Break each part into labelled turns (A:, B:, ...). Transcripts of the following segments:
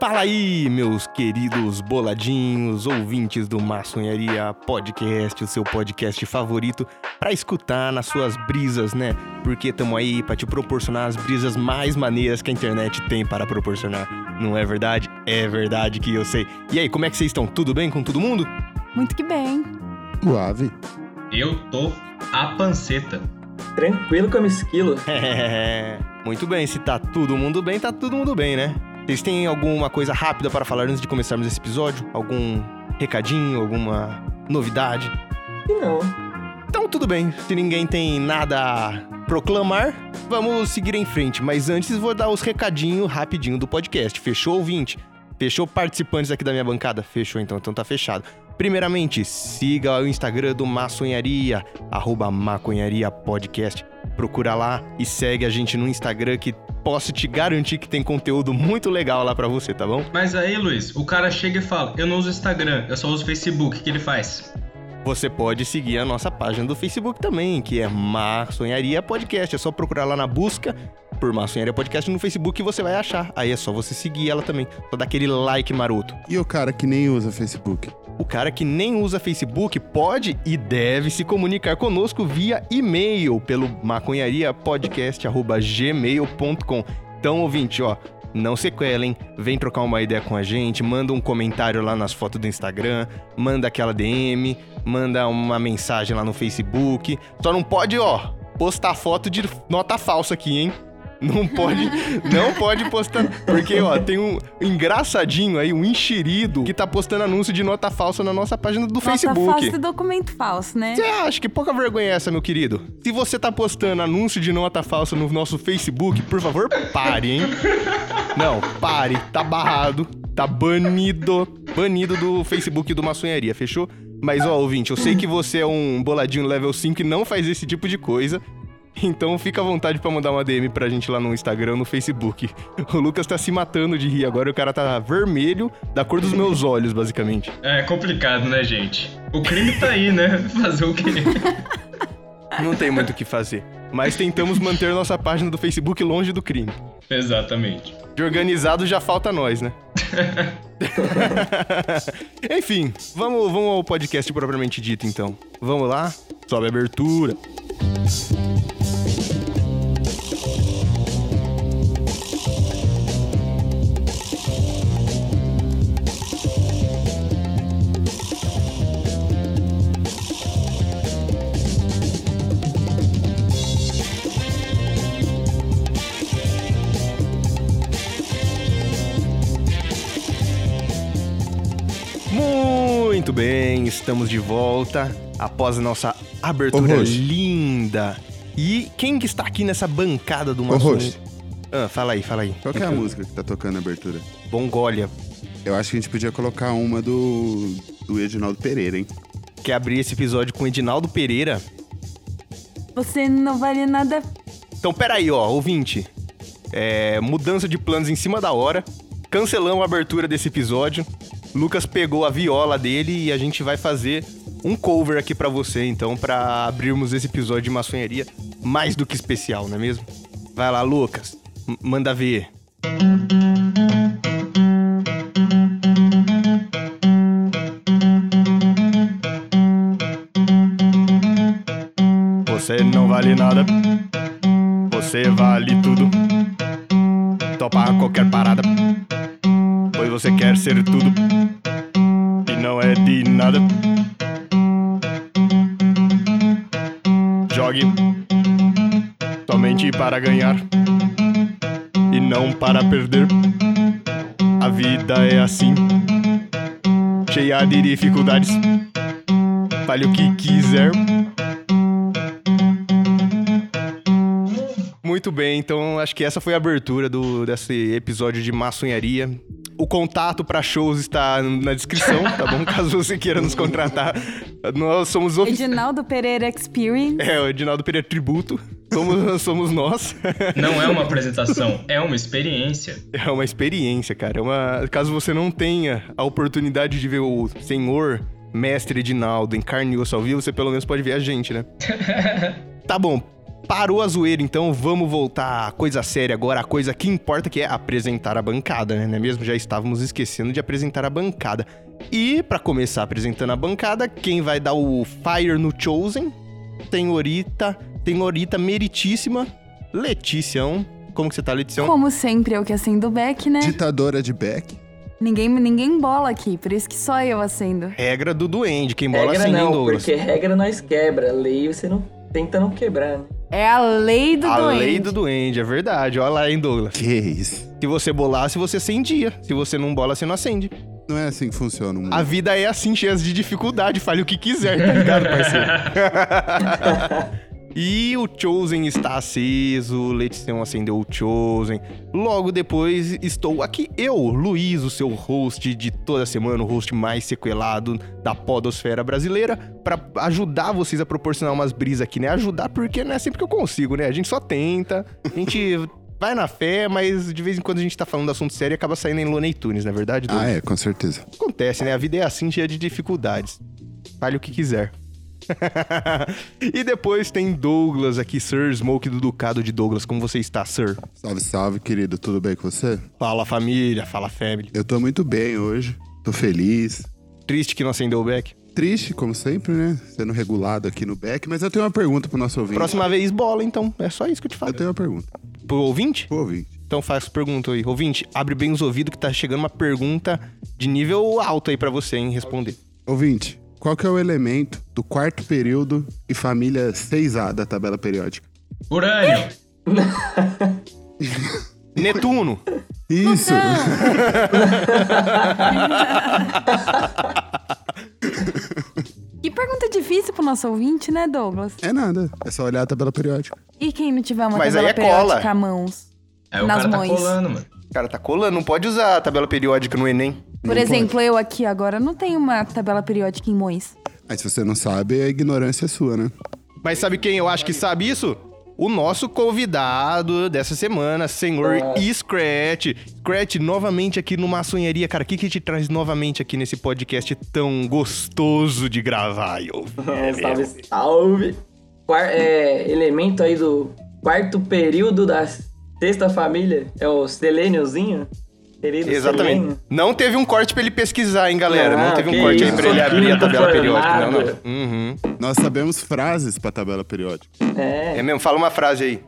A: Fala aí, meus queridos boladinhos, ouvintes do Maçonharia Podcast, o seu podcast favorito, pra escutar nas suas brisas, né? Porque tamo aí pra te proporcionar as brisas mais maneiras que a internet tem para proporcionar. Não é verdade? É verdade que eu sei. E aí, como é que vocês estão? Tudo bem com todo mundo?
B: Muito que bem.
C: Suave.
D: Eu tô a panceta.
E: Tranquilo como esquilo.
A: Muito bem, se tá todo mundo bem, tá todo mundo bem, né? Vocês têm alguma coisa rápida para falar antes de começarmos esse episódio? Algum recadinho, alguma novidade?
E: E não.
A: Então tudo bem, se ninguém tem nada a proclamar, vamos seguir em frente. Mas antes vou dar os recadinhos rapidinho do podcast. Fechou, ouvinte? Fechou, participantes aqui da minha bancada? Fechou então, então tá fechado. Primeiramente, siga o Instagram do Maçonharia, arroba Maconharia Podcast. Procura lá e segue a gente no Instagram que posso te garantir que tem conteúdo muito legal lá pra você, tá bom?
D: Mas aí, Luiz, o cara chega e fala: Eu não uso Instagram, eu só uso Facebook. O que ele faz?
A: Você pode seguir a nossa página do Facebook também, que é Maçonharia Podcast. É só procurar lá na busca por Maçonharia Podcast no Facebook que você vai achar. Aí é só você seguir ela também. Só dar aquele like maroto.
C: E o cara que nem usa Facebook?
A: O cara que nem usa Facebook pode e deve se comunicar conosco via e-mail pelo maconhariapodcast.gmail.com. Então, ouvinte, ó, não sequelem, vem trocar uma ideia com a gente, manda um comentário lá nas fotos do Instagram, manda aquela DM, manda uma mensagem lá no Facebook. Só não pode, ó, postar foto de nota falsa aqui, hein? Não pode, não pode postar. Porque, ó, tem um engraçadinho aí, um enxerido, que tá postando anúncio de nota falsa na nossa página do
B: Nota
A: Facebook.
B: falsa e documento falso, né?
A: Você acha que pouca vergonha é essa, meu querido? Se você tá postando anúncio de nota falsa no nosso Facebook, por favor, pare, hein? Não, pare. Tá barrado. Tá banido. Banido do Facebook do Maçonharia, fechou? Mas, ó, ouvinte, eu sei que você é um boladinho level 5 e não faz esse tipo de coisa. Então fica à vontade pra mandar uma DM pra gente lá no Instagram, no Facebook. O Lucas tá se matando de rir agora, o cara tá vermelho, da cor dos meus olhos, basicamente.
D: É complicado, né, gente? O crime tá aí, né? Fazer o quê?
A: Não tem muito o que fazer. Mas tentamos manter nossa página do Facebook longe do crime.
D: Exatamente.
A: De organizado já falta nós, né? Enfim, vamos, vamos ao podcast propriamente dito então. Vamos lá? Sobe a abertura. Muito bem, estamos de volta após a nossa abertura
C: Ô, Roxo.
A: linda. E quem que está aqui nessa bancada do nosso...
C: Roxo.
A: Ah, fala aí, fala aí.
C: Qual que é a música que tá tocando na abertura?
A: Bongólia.
C: Eu acho que a gente podia colocar uma do, do Edinaldo Pereira, hein?
A: Quer abrir esse episódio com Edinaldo Pereira?
B: Você não vale nada.
A: Então, peraí, ó, ouvinte. É, mudança de planos em cima da hora. Cancelamos a abertura desse episódio. Lucas pegou a viola dele e a gente vai fazer um cover aqui pra você, então, pra abrirmos esse episódio de maçonharia mais do que especial, não é mesmo? Vai lá, Lucas. M- manda ver. Você não vale nada. Você vale tudo. Topa qualquer parada. Pois você quer ser tudo. E não é de nada. Jogue somente para ganhar e não para perder. A vida é assim, cheia de dificuldades. Fale o que quiser. Muito bem, então acho que essa foi a abertura do, desse episódio de maçonharia. O contato para shows está na descrição, tá bom? Caso você queira nos contratar, nós somos ofi-
B: Edinaldo Pereira Experience.
A: é, o Edinaldo Pereira Tributo. Somos, somos nós.
D: Não é uma apresentação, é uma experiência.
A: É uma experiência, cara. É uma... Caso você não tenha a oportunidade de ver o senhor mestre Edinaldo em carne e osso ao vivo, você pelo menos pode ver a gente, né? tá bom. Parou a zoeira, então vamos voltar à coisa séria agora, a coisa que importa que é apresentar a bancada, né? Não é mesmo? Já estávamos esquecendo de apresentar a bancada. E pra começar apresentando a bancada, quem vai dar o fire no Chosen? Senhorita, senhorita meritíssima, Leticião. Como que você tá, Leticião?
B: Como sempre, eu que acendo o beck,
A: É.
B: né?
C: Ditadora de Beck.
B: Ninguém, ninguém bola aqui, por isso que só eu acendo.
A: Regra do duende, quem bola assim,
E: Regra
A: hein,
E: não,
A: Douglas?
E: porque regra nós quebra. Lei você não tenta não quebrar, né?
B: É a lei do
A: a
B: doente.
A: lei do duende, é verdade. Olha lá, hein, Douglas.
C: Que isso?
A: Se você bolasse, você acendia. Se você não bola, você não acende.
C: Não é assim que funciona o mundo.
A: A vida é assim, cheia de dificuldade. Fale o que quiser, tá ligado, parceiro? e o Chosen está aceso, Letição acendeu o Chosen. Logo depois estou aqui eu, Luiz, o seu host de toda semana, o host mais sequelado da podosfera brasileira, pra ajudar vocês a proporcionar umas brisas aqui, né? Ajudar porque não é sempre que eu consigo, né? A gente só tenta, a gente vai na fé, mas de vez em quando a gente tá falando assunto sério e acaba saindo em Loney Tunes, não é verdade? Dudu?
C: Ah, é, com certeza.
A: Acontece, né? A vida é assim, cheia de dificuldades. Fale o que quiser. e depois tem Douglas aqui, Sir Smoke do Ducado de Douglas. Como você está, Sir?
C: Salve, salve, querido. Tudo bem com você?
A: Fala família, fala family.
C: Eu tô muito bem hoje. Tô feliz.
A: Triste que não acendeu o Beck.
C: Triste, como sempre, né? Sendo regulado aqui no Beck. Mas eu tenho uma pergunta pro nosso ouvinte.
A: Próxima vez, bola, então. É só isso que eu te
C: Eu
A: falo.
C: tenho uma pergunta
A: Pro ouvinte?
C: pro ouvinte.
A: Então faço pergunta aí. Ouvinte, abre bem os ouvidos que tá chegando uma pergunta de nível alto aí pra você, hein, responder.
C: Ouvinte, qual que é o elemento do quarto período e família 6A da tabela periódica?
D: Urânio!
A: Netuno!
C: Isso!
B: Que pergunta difícil pro nosso ouvinte, né, Douglas?
C: É nada. É só olhar a tabela periódica.
B: E quem não tiver uma
A: Mas
B: tabela
A: aí é
B: periódica
A: cola.
B: a mãos?
D: Aí o
B: Nas
D: cara tá
B: mães.
D: colando, mano.
A: Cara, tá colando, não pode usar a tabela periódica no Enem.
B: Por exemplo, eu aqui agora não tenho uma tabela periódica em Mões.
C: Aí se você não sabe, a ignorância é sua, né?
A: Mas sabe quem eu acho que sabe isso? O nosso convidado dessa semana, senhor Scratch. Scratch, novamente aqui no Maçonharia. Cara, o que, que te traz novamente aqui nesse podcast tão gostoso de gravar? É, Eu...
E: salve, salve. Quar- é, elemento aí do quarto período da sexta família. É o selêniozinho? Querido
A: Exatamente.
E: selênio.
A: Não teve um corte pra ele pesquisar, hein, galera? Não,
E: Ah,
A: teve um
E: que
A: corte aí
E: isso,
A: pra ele
E: sou
A: abrir a
E: quinto
A: tabela periódica. Não,
E: formado.
A: não. Uhum.
C: Nós sabemos frases pra tabela periódica.
E: É.
A: É mesmo, fala uma frase aí.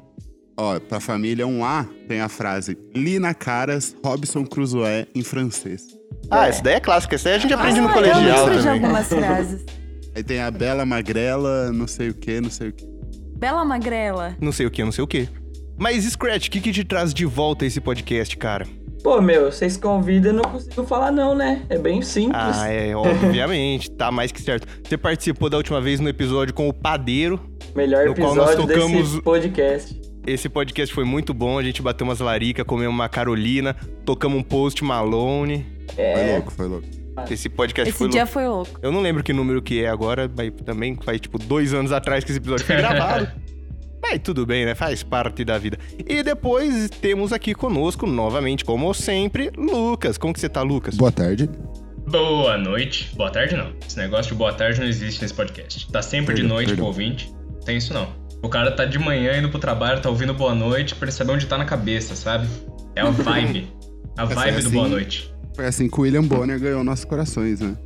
C: Ó, pra família 1A tem a frase Li na caras Robson Crusoe em francês.
A: Ah, essa daí é clássica. Essa daí a gente aprende
B: ah,
A: no
B: eu
A: colegial
B: lembro de
A: também.
B: algumas frases.
C: Aí tem a Bela Magrela, não sei o que, não sei o que.
B: Bela Magrela.
A: Não sei o que, não sei o que. Mas, Scratch, o que, que te traz de volta esse podcast, cara?
E: Pô, meu, vocês convidam, eu não consigo falar não, né? É bem simples.
A: Ah, é, obviamente, tá mais que certo. Você participou da última vez no episódio com o Padeiro.
E: Melhor
A: no qual nós
E: episódio
A: tocamos-
E: desse podcast.
A: Esse podcast foi muito bom, a gente bateu umas laricas, comeu uma carolina, tocamos um post Malone.
C: Foi louco, foi louco.
A: Esse podcast
B: Esse
A: É, foi
B: dia
A: louco.
B: foi louco.
A: Eu não lembro que número que é agora, mas também faz tipo dois anos atrás que esse episódio foi gravado. Mas tudo bem, né? Faz parte da vida. E depois temos aqui conosco, novamente, como sempre, Lucas. Como que você tá, Lucas?
C: Boa tarde.
D: Boa noite. Boa tarde, não. Esse negócio de boa tarde não existe nesse podcast. Tá sempre de
C: Perdão,
D: noite
C: perdão.
D: pro ouvinte. Não Tem isso, não. O cara tá de manhã indo pro trabalho, tá ouvindo boa noite pra ele saber onde tá na cabeça, sabe? É a vibe.
B: Tá
D: A
C: Essa é
D: vibe do
C: assim.
D: boa noite.
C: Foi assim que o William Bonner ganhou nossos corações, né?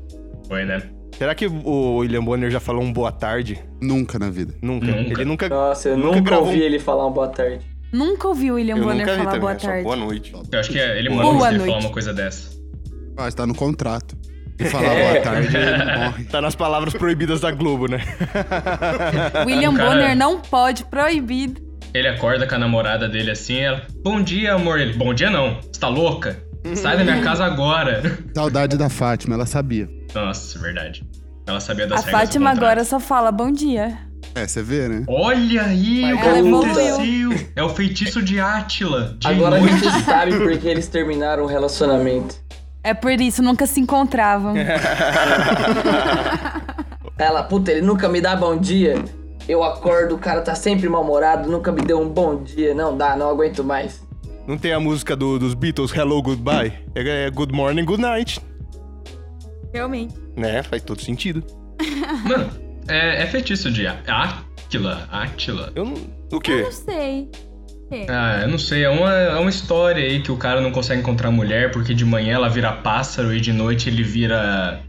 D: Foi, né?
A: Será que o William Bonner já falou um boa tarde?
C: Nunca na vida.
A: Nunca.
D: Nunca.
A: Ele nunca.
E: Nossa, eu
A: Nunca
E: nunca,
A: gravou
E: ouvi
A: um-
E: ele falar um boa tarde.
B: Nunca ouvi o William
A: Eu
B: Bonner
A: nunca vi
B: falar
A: também,
B: boa
A: é só
B: tarde.
A: boa noite.
D: Eu acho que é- ele
A: Boa
D: mandou você
B: noite.
D: falar uma coisa dessa.
C: Ah, está no contrato. E falar boa tarde, ele morre.
A: Tá nas palavras proibidas da Globo, né?
B: William
D: O cara-
B: Bonner não pode, proibido.
D: Ele acorda com a namorada dele assim, ela. Bom dia, amor. Ele, bom dia não. Você tá louca? Sai da minha casa agora.
C: Saudade da Fátima, ela sabia.
D: Nossa, é verdade. Ela sabia das
B: A
D: regras do
B: Fátima
D: contrato.
B: agora só fala bom dia.
C: É, você vê, né?
D: Olha aí o que
B: Ela
D: aconteceu. É o feitiço de Átila. De
E: Agora a
D: noite.
E: gente sabe porque eles terminaram o relacionamento.
B: É por isso, nunca se encontravam.
E: Ela, puta, ele nunca me dá bom dia. Eu acordo, o cara tá sempre mal-humorado, nunca me deu um bom dia. Não dá, não aguento mais.
A: Não tem a música do- dos Beatles, Hello, Goodbye? É, é Good Morning, Good Night.
B: Realmente.
A: Né? Faz todo sentido.
D: Mano, é, é feitiço de Átila. Átila, Átila.
A: Eu não. O
B: Eu
A: quê?
B: não sei. É.
D: Ah, eu não sei, é uma, é uma história aí que o cara não consegue encontrar mulher porque de manhã ela vira pássaro e de noite ele vira.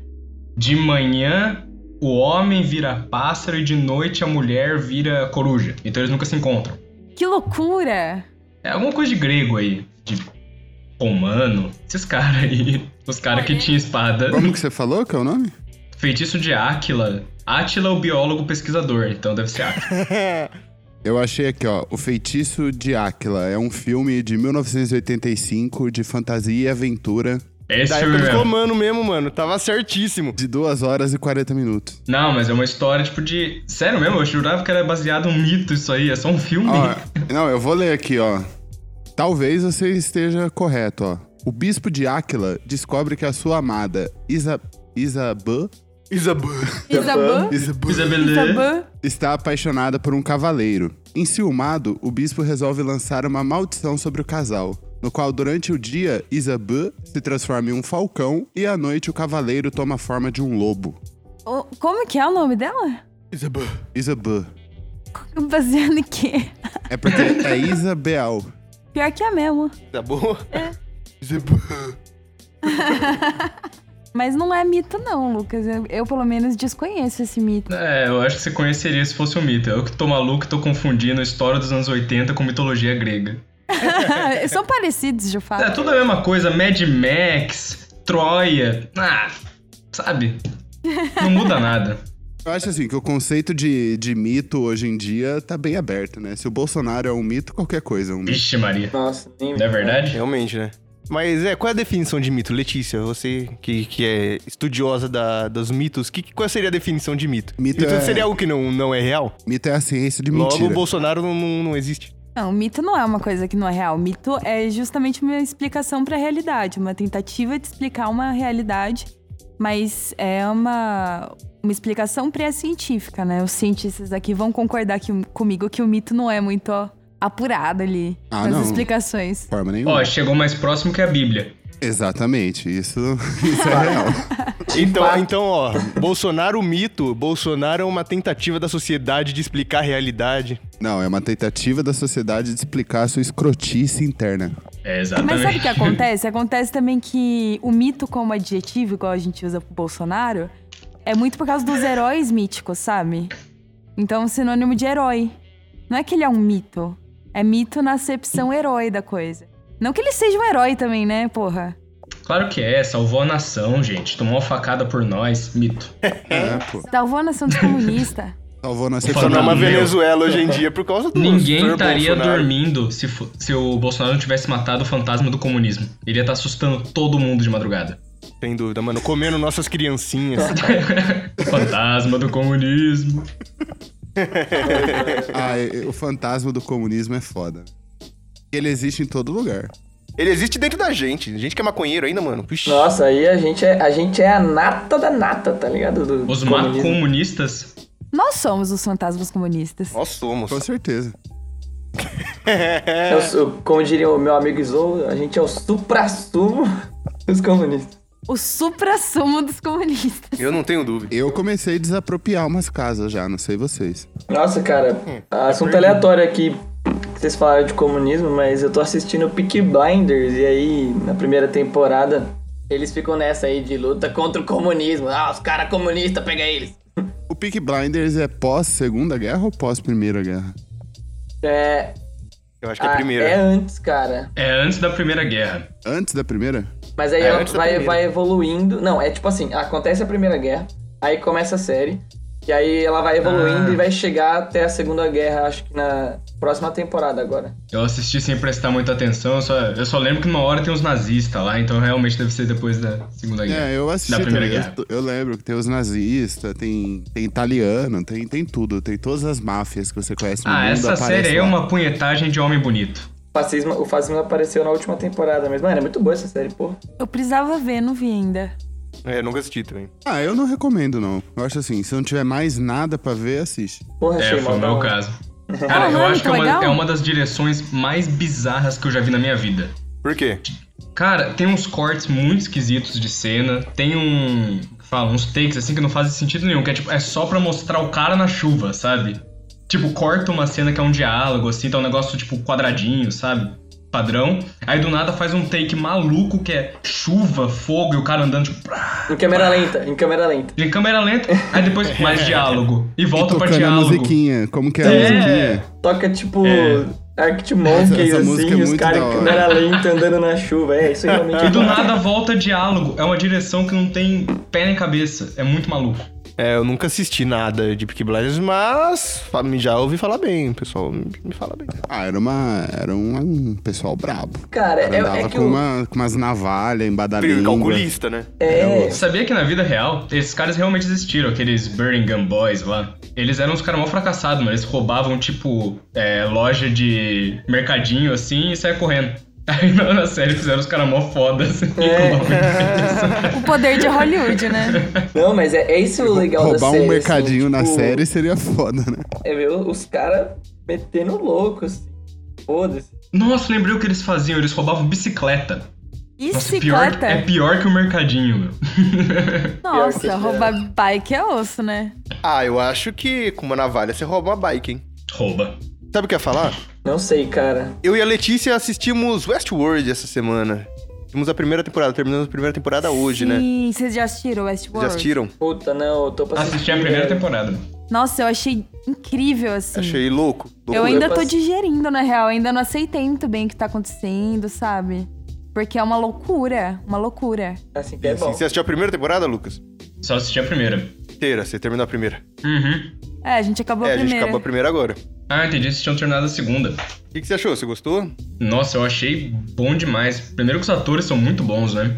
D: De manhã o homem vira pássaro e de noite a mulher vira coruja. Então eles nunca se encontram.
B: Que loucura!
D: É alguma coisa de grego aí, de romano, esses caras aí, os caras que
B: Olha.
D: tinham espada.
C: Como que você falou que é o nome?
D: Feitiço de Áquila. Átila é o biólogo pesquisador, então deve ser Átila.
C: Eu achei aqui, ó. O Feitiço de Áquila. É um filme de 1985 de fantasia e aventura
D: Esse
A: Da
D: filme
A: época do
D: mesmo.
A: comando mesmo, mano. Tava certíssimo.
C: de 2 horas e 40 minutos.
D: Não, mas é uma história tipo de. Sério mesmo? Eu jurava que era baseado em um mito isso aí, é só um filme.
C: Ó, não, eu vou ler aqui, ó. Talvez você esteja correto, ó. O bispo de Áquila descobre que a sua amada Isa, Isabã,
A: Isabu.
B: Isabã?
C: Isabã
D: Isabelle.
B: Isabã?
C: está apaixonada por um cavaleiro. Enciumado, o bispo resolve lançar uma maldição sobre o casal, no qual durante o dia Isabã se transforma em um falcão e à noite o cavaleiro toma a forma de um lobo.
B: O- Como que é o nome dela?
A: Isabu.
C: Isabã.
B: Baseado em quê?
C: É porque é Isabel.
B: Pior que é mesmo.
A: Isabu. Isabu.
B: Mas não é mito, não, Lucas. Eu, eu, pelo menos, desconheço esse mito.
D: É, eu acho que você conheceria se fosse um mito. Eu que tô maluco, tô confundindo a história dos anos 80 com mitologia grega.
B: São parecidos, de
D: É
B: fato.
D: tudo a mesma coisa, Mad Max, Troia. Ah, sabe? Não muda nada.
C: Eu acho assim que o conceito de, de mito hoje em dia tá bem aberto, né? Se o Bolsonaro é um mito, qualquer coisa é um mito.
D: Vixe, Maria.
E: Nossa, nem
D: Não é verdade?
A: Realmente, né? Mas é, qual é a definição de mito? Letícia, você que, que é estudiosa da- dos mitos, que, qual seria a definição de mito?
C: Mito é-
A: seria algo que não, não é real?
C: Mito é a ciência de
A: Logo, o
C: mentira.
A: Bolsonaro não, não, não existe.
B: Não, mito não é uma coisa que não é real. Mito é justamente uma explicação pra realidade, uma tentativa de explicar uma realidade, mas é uma, uma explicação pré-científica, né? Os cientistas aqui vão concordar que, comigo que o mito não é muito apurado ali
C: Ah,
B: nas
C: não.
B: explicações.
C: De forma nenhuma.
D: Ó, chegou mais próximo que a Bíblia.
C: Exatamente, isso, isso é real.
A: Então,
E: fato.
A: então, ó, Bolsonaro mito, Bolsonaro é uma tentativa da sociedade de explicar a realidade.
C: Não, é uma tentativa da sociedade de explicar a sua escrotice interna.
D: É, exatamente.
B: Mas sabe o que acontece? Acontece também que o mito como adjetivo, igual a gente usa pro Bolsonaro, é muito por causa dos heróis míticos, sabe? Então, sinônimo de herói. Não é que ele é um mito. É mito na acepção herói da coisa. Não que ele seja um herói também, né, porra?
D: Claro que é, salvou a nação, gente. Tomou uma facada por nós, mito.
C: É, pô.
B: Salvou a nação dos comunistas.
C: Salvou nossa
D: Vou
A: Só não é
D: falar
C: economia.
A: uma
D: Meu.
A: Venezuela hoje em dia por causa do
D: Ninguém
A: Sr.
D: estaria
A: Bolsonaro.
D: dormindo se, fo- se o Bolsonaro não tivesse matado o fantasma do comunismo. Ele ia estar assustando todo mundo de madrugada.
A: Sem dúvida, mano. Comendo nossas criancinhas.
D: O fantasma do comunismo.
C: Ah, e- e o fantasma do comunismo é foda. Ele existe em todo lugar.
A: Ele existe dentro da gente. A gente que é maconheiro ainda, mano. Puxa.
E: Nossa, aí a gente, é, a gente é a nata da nata, tá ligado? Do
D: Os
E: comunismo.
D: macomunistas.
B: Nós somos os fantasmas comunistas.
A: Nós somos.
C: Com certeza.
E: É o su- como diria o meu amigo Zou, a gente é o supra-sumo dos comunistas.
B: O supra-sumo dos comunistas.
A: Eu não tenho dúvida.
C: Eu comecei a desapropriar umas casas já, não sei vocês.
E: Nossa, cara,
A: É, tá
E: assunto aleatório aqui. Vocês falaram de comunismo, mas eu tô assistindo Peaky Blinders e aí, na primeira temporada, eles ficam nessa aí de luta contra o comunismo. Ah, os caras comunistas, pega eles.
C: O Peak Blinders é pós Segunda Guerra ou pós Primeira Guerra?
E: É,
A: Eu acho que é
E: ah,
A: a primeira.
E: é antes, cara.
D: É antes da Primeira Guerra.
C: Antes da primeira?
E: Mas aí
A: É,
E: ela
A: antes da
E: vai,
A: primeira.
E: vai evoluindo. Não, é tipo assim, acontece a Primeira Guerra, aí começa a série, e aí ela vai evoluindo
D: Ah.
E: e vai chegar até a Segunda Guerra, acho que na próxima temporada agora.
D: Eu assisti sem prestar muita atenção, eu só, eu só lembro que uma hora tem uns nazistas lá, então realmente deve ser depois da Segunda Guerra.
C: É, eu assisti
D: Da Primeira
C: também. Eu-
D: Guerra.
C: Eu, lembro que tem os nazistas, tem, tem italiano, tem, tem tudo. Tem todas as máfias que você conhece no
D: Ah,
C: mundo.
D: essa
C: aparece
D: série aí é
C: lá.
D: uma punhetagem de homem bonito.
E: O fascismo, o fascismo apareceu na última temporada mesmo. Mano, é muito boa essa série, pô.
B: Eu precisava ver, não vi ainda.
A: É, eu nunca assisti também.
C: Ah, eu não recomendo, não. Eu acho assim, se não tiver mais nada pra ver, assiste.
E: Porra, achei
D: É, foi
E: mal
D: o meu
E: da hora.
D: caso.
C: Uhum.
D: Cara, eu
B: não é
D: acho que é
B: muito
D: uma,
B: legal?
D: é uma das direções mais bizarras que eu já vi na minha vida.
A: Por quê?
D: Cara, tem uns cortes muito esquisitos de cena, tem um. Fala, uns takes assim que não fazem sentido nenhum, que é tipo, é só pra mostrar o cara na chuva, sabe? tipo, corta uma cena que é um diálogo, assim, tá um negócio, tipo, quadradinho, sabe? Padrão. Aí do nada faz um take maluco que é chuva, fogo e o cara andando, tipo, prá,
E: Em câmera lenta, em câmera lenta.
D: em câmera lenta. Aí depois mais diálogo. E
C: E
D: volta pra
C: tocando a
D: diálogo.
C: musiquinha. Como que é a
D: É.
C: musiquinha?
E: Toca tipo
D: É.
E: Arctic Monkeys,
C: Essa- essa música
E: assim,
C: é
E: os
C: muito
E: caras
C: da
E: em
C: hora.
E: câmera lenta andando na chuva. É, isso realmente
D: E
E: é
D: do
E: bom.
D: nada volta diálogo. É uma direção que não tem pé nem cabeça. É muito maluco.
A: É, eu nunca assisti nada de Peaky Blinders, mas fa- já ouvi falar bem, o pessoal me me fala bem.
C: Ah, era, uma, era um, um pessoal brabo.
E: Cara,
C: O cara
E: é-
C: andava
E: é que
C: com,
E: o-
C: uma, com umas navalhas embaixo da língua.
A: Calculista, né?
E: É,
D: Sabia que na vida real, esses caras realmente existiram, aqueles Burning Gun Boys lá. Eles eram uns caras mal fracassados, mano. Eles roubavam, tipo, é, loja de mercadinho, assim, e saia correndo. Aí na, na série fizeram os caras mó foda, assim.
E: É.
D: com o bagulho.
B: O poder de Hollywood, né?
E: não, mas é, é isso o legal da
C: Roubar
E: série.
C: um mercadinho
E: assim,
C: na
E: tipo,
C: série seria foda, né?
E: É ver os caras metendo louco, assim. Foda-se.
D: Nossa, lembrei o que eles faziam. Eles roubavam bicicleta.
B: E
D: Nossa, pior,
B: bicicleta?
D: é pior que o mercadinho, meu.
E: pior
B: Nossa,
E: que-
B: roubar bike é osso, né?
A: Ah, eu acho que com uma navalha você rouba uma bike, hein?
D: Rouba.
A: Sabe o que eu ia falar?
E: Não sei, cara.
A: Eu e a Letícia assistimos Westworld essa semana. Assistimos a primeira temporada, terminamos a primeira temporada hoje, né?
B: Sim, vocês já assistiram Westworld?
A: Já assistiram?
E: Puta, não, eu tô pra
D: Assisti a primeira temporada.
B: Nossa, eu achei incrível, assim.
A: Achei louco. louco.
B: Eu ainda tô
E: Mas-
B: digerindo, na real. Ainda não aceitei muito bem o que tá acontecendo, sabe? Porque é uma loucura, uma loucura.
E: Assim que é
A: Assim,
E: bom.
A: você assistiu a primeira temporada, Lucas?
D: Só assisti a primeira.
A: Inteira, você terminou a primeira.
D: Uhum.
B: É, a gente acabou
A: é,
B: a
A: a gente
B: primeira.
A: acabou a primeira agora.
D: Ah, entendi. Vocês tinham terminado a segunda.
A: O que, que você achou? Você gostou?
D: Nossa, eu achei bom demais. Primeiro que os atores são muito bons, né?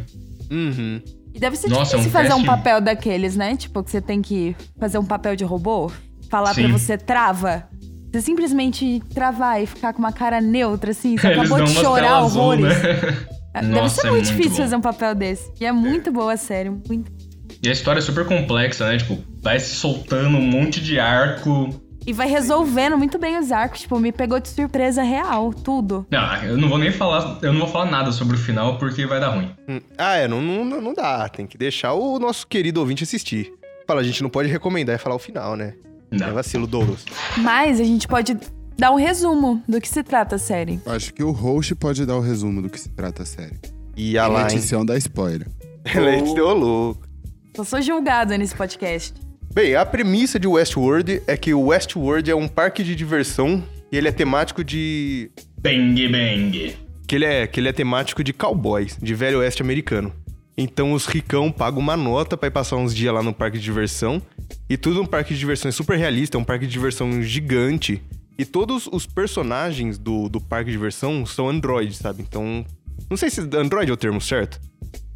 A: Uhum.
B: E deve ser
D: Nossa, é
B: difícil
D: um
B: fazer um
D: péssimo.
B: papel daqueles, né? Tipo, que você tem que fazer um papel de robô, falar
D: Sim.
B: pra você trava. Você simplesmente travar e ficar com uma cara neutra, assim, você
D: Eles
B: acabou
D: dão
B: de
D: umas
B: chorar
D: telas azul,
B: horrores.
D: né?
B: Deve
D: Nossa,
B: ser
D: é
B: muito
D: muito
B: difícil
D: bom.
B: fazer um papel desse. E é muito boa, sério. Muito.
D: E a história é super complexa, né? Tipo, vai se soltando um monte de arco.
B: E vai resolvendo muito bem os arcos. Tipo, me pegou de surpresa real, tudo.
D: Não, Ah, eu não vou nem falar, eu não vou falar nada sobre o final porque vai dar ruim.
A: Hum. Ah, é, não, não, não dá. Tem que deixar o nosso querido ouvinte assistir. Fala, a gente não pode recomendar e falar o final, né? É
D: Não.
A: vacilo, Douros.
B: Mas a gente pode dar um resumo do que se trata a série.
C: Eu Acho que o host pode dar o resumo do que se trata a série.
A: E
C: Tá
A: a lá, hein?
C: Letícia da um spoiler.
E: "Oh."
A: Letícia, ô louco.
B: Eu sou julgada nesse podcast.
A: Bem, a premissa de Westworld é que o Westworld é um parque de diversão e ele é temático de.
D: Bang bang.
A: Que ele é, que ele é temático de cowboys, de velho oeste americano. Então os ricão pagam uma nota pra ir passar uns dias lá no parque de diversão. E tudo um parque de diversão é super realista, é um parque de diversão gigante. E todos os personagens do, do parque de diversão são androides, sabe? Então. Não sei se android é o termo certo.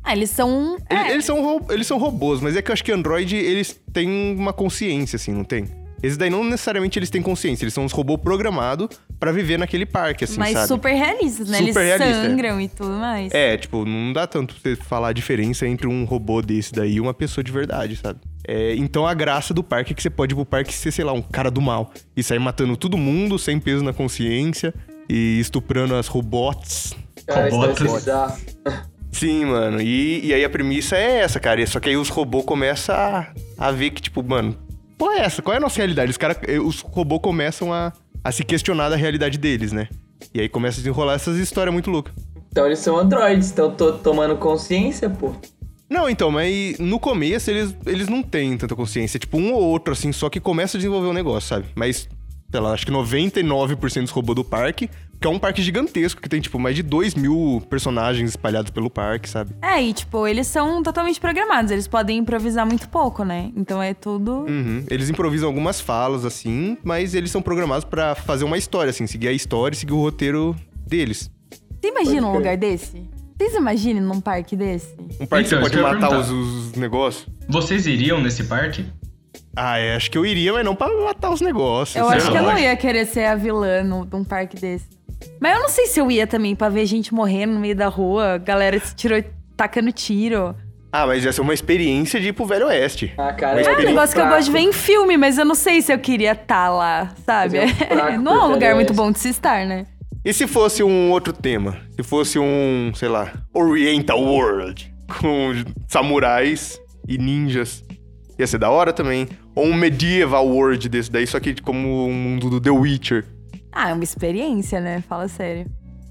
B: Ah, eles são.
A: Ele-
B: é,
A: Eles, são, ro- eles são robôs, mas é que eu acho que Android, eles têm uma consciência, assim, não tem? Esses daí não necessariamente eles têm consciência, eles são uns robôs programados pra viver naquele parque, assim,
B: mas
A: sabe?
B: super realistas, né?
A: Super
B: eles
A: realista, é.
B: sangram e tudo mais.
A: É, tipo, não dá tanto pra você falar a diferença entre um robô desse daí e uma pessoa de verdade, sabe? É, então a graça do parque é que você pode ir pro parque e ser, sei lá, um cara do mal. E sair matando todo mundo, sem peso na consciência, e estuprando as robots.
E: Cara, isso deve ser
D: Robotas.
E: bizarro.
A: Sim, mano. E, e aí a premissa é essa, cara. Só que aí os robôs começam a, a ver que, tipo, mano, qual é essa? Qual é a nossa realidade? Os, cara, os robôs começam a, a se questionar da realidade deles, né? E aí começa a desenrolar essas histórias muito loucas.
E: Então eles são androides, estão to- tomando consciência, pô.
A: Não, então, mas no começo eles, eles não têm tanta consciência. É Tipo, um ou outro, assim, só que começa a desenvolver um negócio, sabe? Mas, sei lá, acho que 99% dos robôs do parque, que é um parque gigantesco, que tem, tipo, mais de 2 mil personagens espalhados pelo parque, sabe?
B: É, e tipo, eles são totalmente programados, eles podem improvisar muito pouco, né? Então é tudo.
A: Uhum. Eles improvisam algumas falas, assim, mas eles são programados pra fazer uma história, assim, seguir a história e seguir o roteiro deles.
B: Você imagina um
E: crer.
B: lugar desse? Vocês imaginem num parque desse?
A: Um parque
D: Então,
A: que
D: isso
A: você
D: que eu ia
A: pode matar os,
D: perguntar.
A: os negócios.
D: Vocês iriam nesse parque?
A: Ah, é, acho que eu iria, mas não pra matar os negócios.
B: Eu
A: sei
B: acho
A: lá.
B: que eu não
D: lógico.
B: ia querer ser a vilã no- de um parque desse. Mas eu não sei se eu ia também pra ver gente morrendo no meio da rua, galera se tirou, tacando tiro.
A: Ah, mas essa é uma experiência de ir pro Velho Oeste.
E: Ah, cara,
A: Mas
B: É um
A: Experiência.
B: negócio que eu gosto de ver em filme, mas eu não sei se eu queria estar lá, sabe?
E: Fazer um fraco
B: não é
E: pro
B: um lugar
E: Velho
B: muito
E: Oeste.
B: bom de se estar, né?
A: E se fosse um outro tema? Se fosse um, sei lá, Oriental World, com samurais e ninjas. Ia ser da hora também. Ou um medieval world desse daí, só que como um mundo do The Witcher.
B: Ah, é uma experiência, né? Fala sério.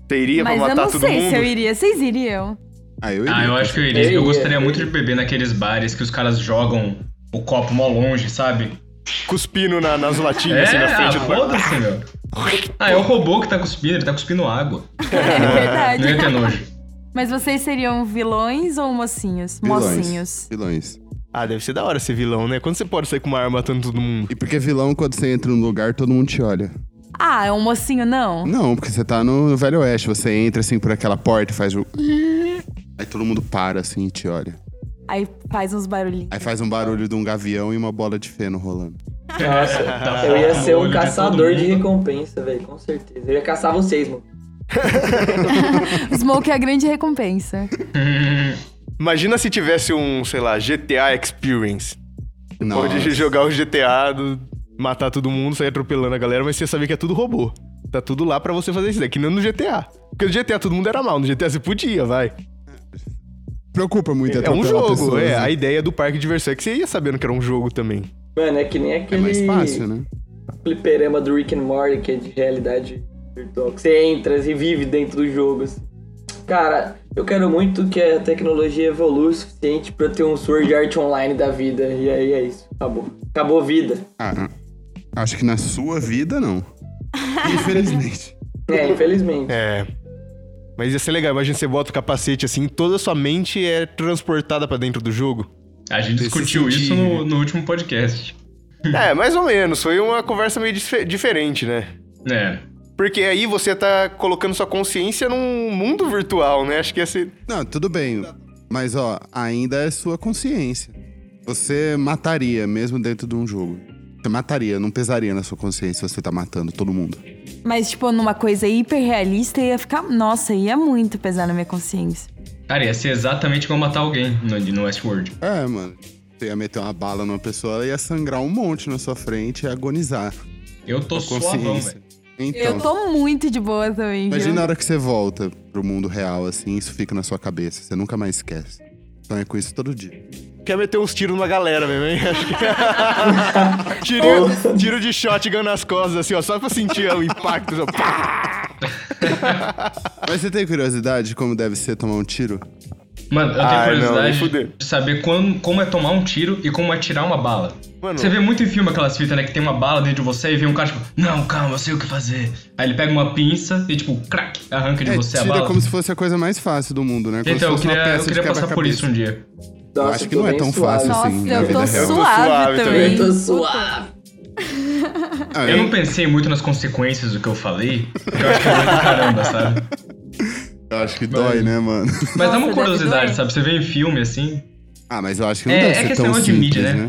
A: Teria pra
B: Mas eu
A: matar
B: não
A: todo
B: sei
A: mundo.
B: se eu iria. Vocês iriam?
C: Ah, eu iria.
D: Ah, eu acho que eu iria.
E: Eu
D: Eu
E: ia,
D: gostaria
E: eu
D: muito de beber naqueles bares que os caras jogam o copo mó longe, sabe?
A: Cuspindo na- nas latinhas,
D: É,
A: assim, na
D: ah,
A: frente do bar.
D: foda-se, meu. Ah, é o robô que tá cuspindo, ele tá cuspindo água.
B: É verdade.
D: Não ia ter nojo.
B: Mas vocês seriam vilões ou mocinhos?
C: Vilões.
B: Mocinhos.
C: Vilões.
A: Ah, deve ser da hora ser vilão, né? Quando você pode sair com uma arma matando todo mundo?
C: E porque vilão, quando você entra num lugar, todo mundo te olha.
B: Ah, é um mocinho não?
C: Não, porque você tá no Velho Oeste. Você entra, assim, por aquela porta e faz um... Aí todo mundo para, assim, e te olha.
B: Aí faz uns barulhinhos.
C: Aí faz um barulho de um gavião e uma bola de feno rolando.
E: Nossa,
A: Ah,
D: Tá
E: eu ia
D: foda
E: ser
D: no olho
E: um
D: de todo
E: caçador de
D: mundo.
E: recompensa, velho, com certeza. Eu ia caçar vocês, mano.
B: Smoke é a grande recompensa.
A: Imagina se tivesse um, sei lá, GTA Experience.
C: Nossa.
A: Pode jogar o GTA, do- matar todo mundo, sair atropelando a galera, mas você sabia que é tudo robô. Tá tudo lá pra você fazer isso daqui, não no GTA. Porque no GTA todo mundo era mal, no GTA você podia, vai.
C: Preocupa muito
A: É um
C: atropelar
A: jogo,
C: pessoas,
A: é.
C: né?
A: A ideia do parque de diversão é que você ia sabendo que era um jogo também.
E: Mano, é que nem
C: É
E: aquele
C: mais fácil, né?
E: fliperama do Rick and Morty, que é de realidade virtual. Que você entra e vive dentro do jogo. assim. Cara, eu quero muito que a tecnologia evolua o suficiente pra eu ter um Sword Art Online da vida. E aí é isso. Acabou. Acabou vida.
C: Ah, acho que na sua vida, não. Infelizmente.
E: É, infelizmente.
A: É. Mas ia ser legal, imagina você bota o capacete assim, toda a sua mente é transportada pra dentro do jogo.
D: A gente
C: Esse
D: discutiu isso
C: sentido.
D: no, no último podcast.
A: É, mais ou menos, foi uma conversa meio dife- diferente, né?
D: É.
A: Porque aí você tá colocando sua consciência num mundo virtual, né? Acho que ia ser.
C: Não, tudo bem. Mas, ó, ainda é sua consciência. Você mataria, mesmo dentro de um jogo. Você mataria, não pesaria na sua consciência se você tá matando todo mundo.
B: Mas, tipo, numa coisa hiper realista, ia ficar. Nossa, ia muito pesar na minha consciência.
D: Cara, ia ser exatamente igual matar alguém no, no Westworld.
C: É, mano. Você ia meter uma bala numa pessoa, ela ia sangrar um monte na sua frente e agonizar.
D: Eu tô suavão,
C: Consciência.
D: velho.
C: Então,
B: Eu tô muito de boa também, viu?
C: imagina a hora que você volta pro mundo real, assim, isso fica na sua cabeça. Você nunca mais esquece. Sonha com isso todo dia.
A: Quer meter uns tiros numa galera mesmo, hein? Acho que- tiro, tiro de shotgun nas costas, assim, ó, só pra sentir ó, o impacto. Só... pá!
C: Mas você tem curiosidade de como deve ser tomar um tiro?
D: Mano, eu tenho
A: Ai, não, me
D: curiosidade
A: fudeu.
D: de saber quando- como é tomar um tiro e como é tirar uma bala.
A: Mano.
D: Você vê muito em filme aquelas fitas, né? Que tem uma bala dentro de você e vem um cara tipo, não, calma, eu sei o que fazer. Aí ele pega uma pinça e tipo, crack, arranca de
C: É,
D: você a
C: tira
D: bala.
C: como se fosse a coisa mais fácil do mundo, né? Como se
D: Então, eu
C: fosse uma
D: queria, eu
C: peça de
D: queria passar por
C: quebra-cabeça.
D: isso um dia.
E: Nossa,
C: acho que
E: tô
C: não é
E: bem
C: tão
E: suave.
C: fácil
B: Nossa,
C: assim, na
B: eu
C: vida
B: tô
C: real.
A: Eu tô
B: suave,
A: suave
B: também.
E: Eu tô suave.
C: Ah,
D: um Eu não pensei muito nas consequências do que eu falei, porque eu acho que é pra caramba, sabe?
C: eu acho que dói, né, mano?
D: Mas dá uma
B: deve
D: curiosidade,
B: doer.
D: sabe? Você vê em filme assim,
C: Ah, mas eu acho que não
D: É,
C: deve
D: é
C: ser
D: questão
C: tão
D: de
C: simples,
D: mídia, né?
C: né?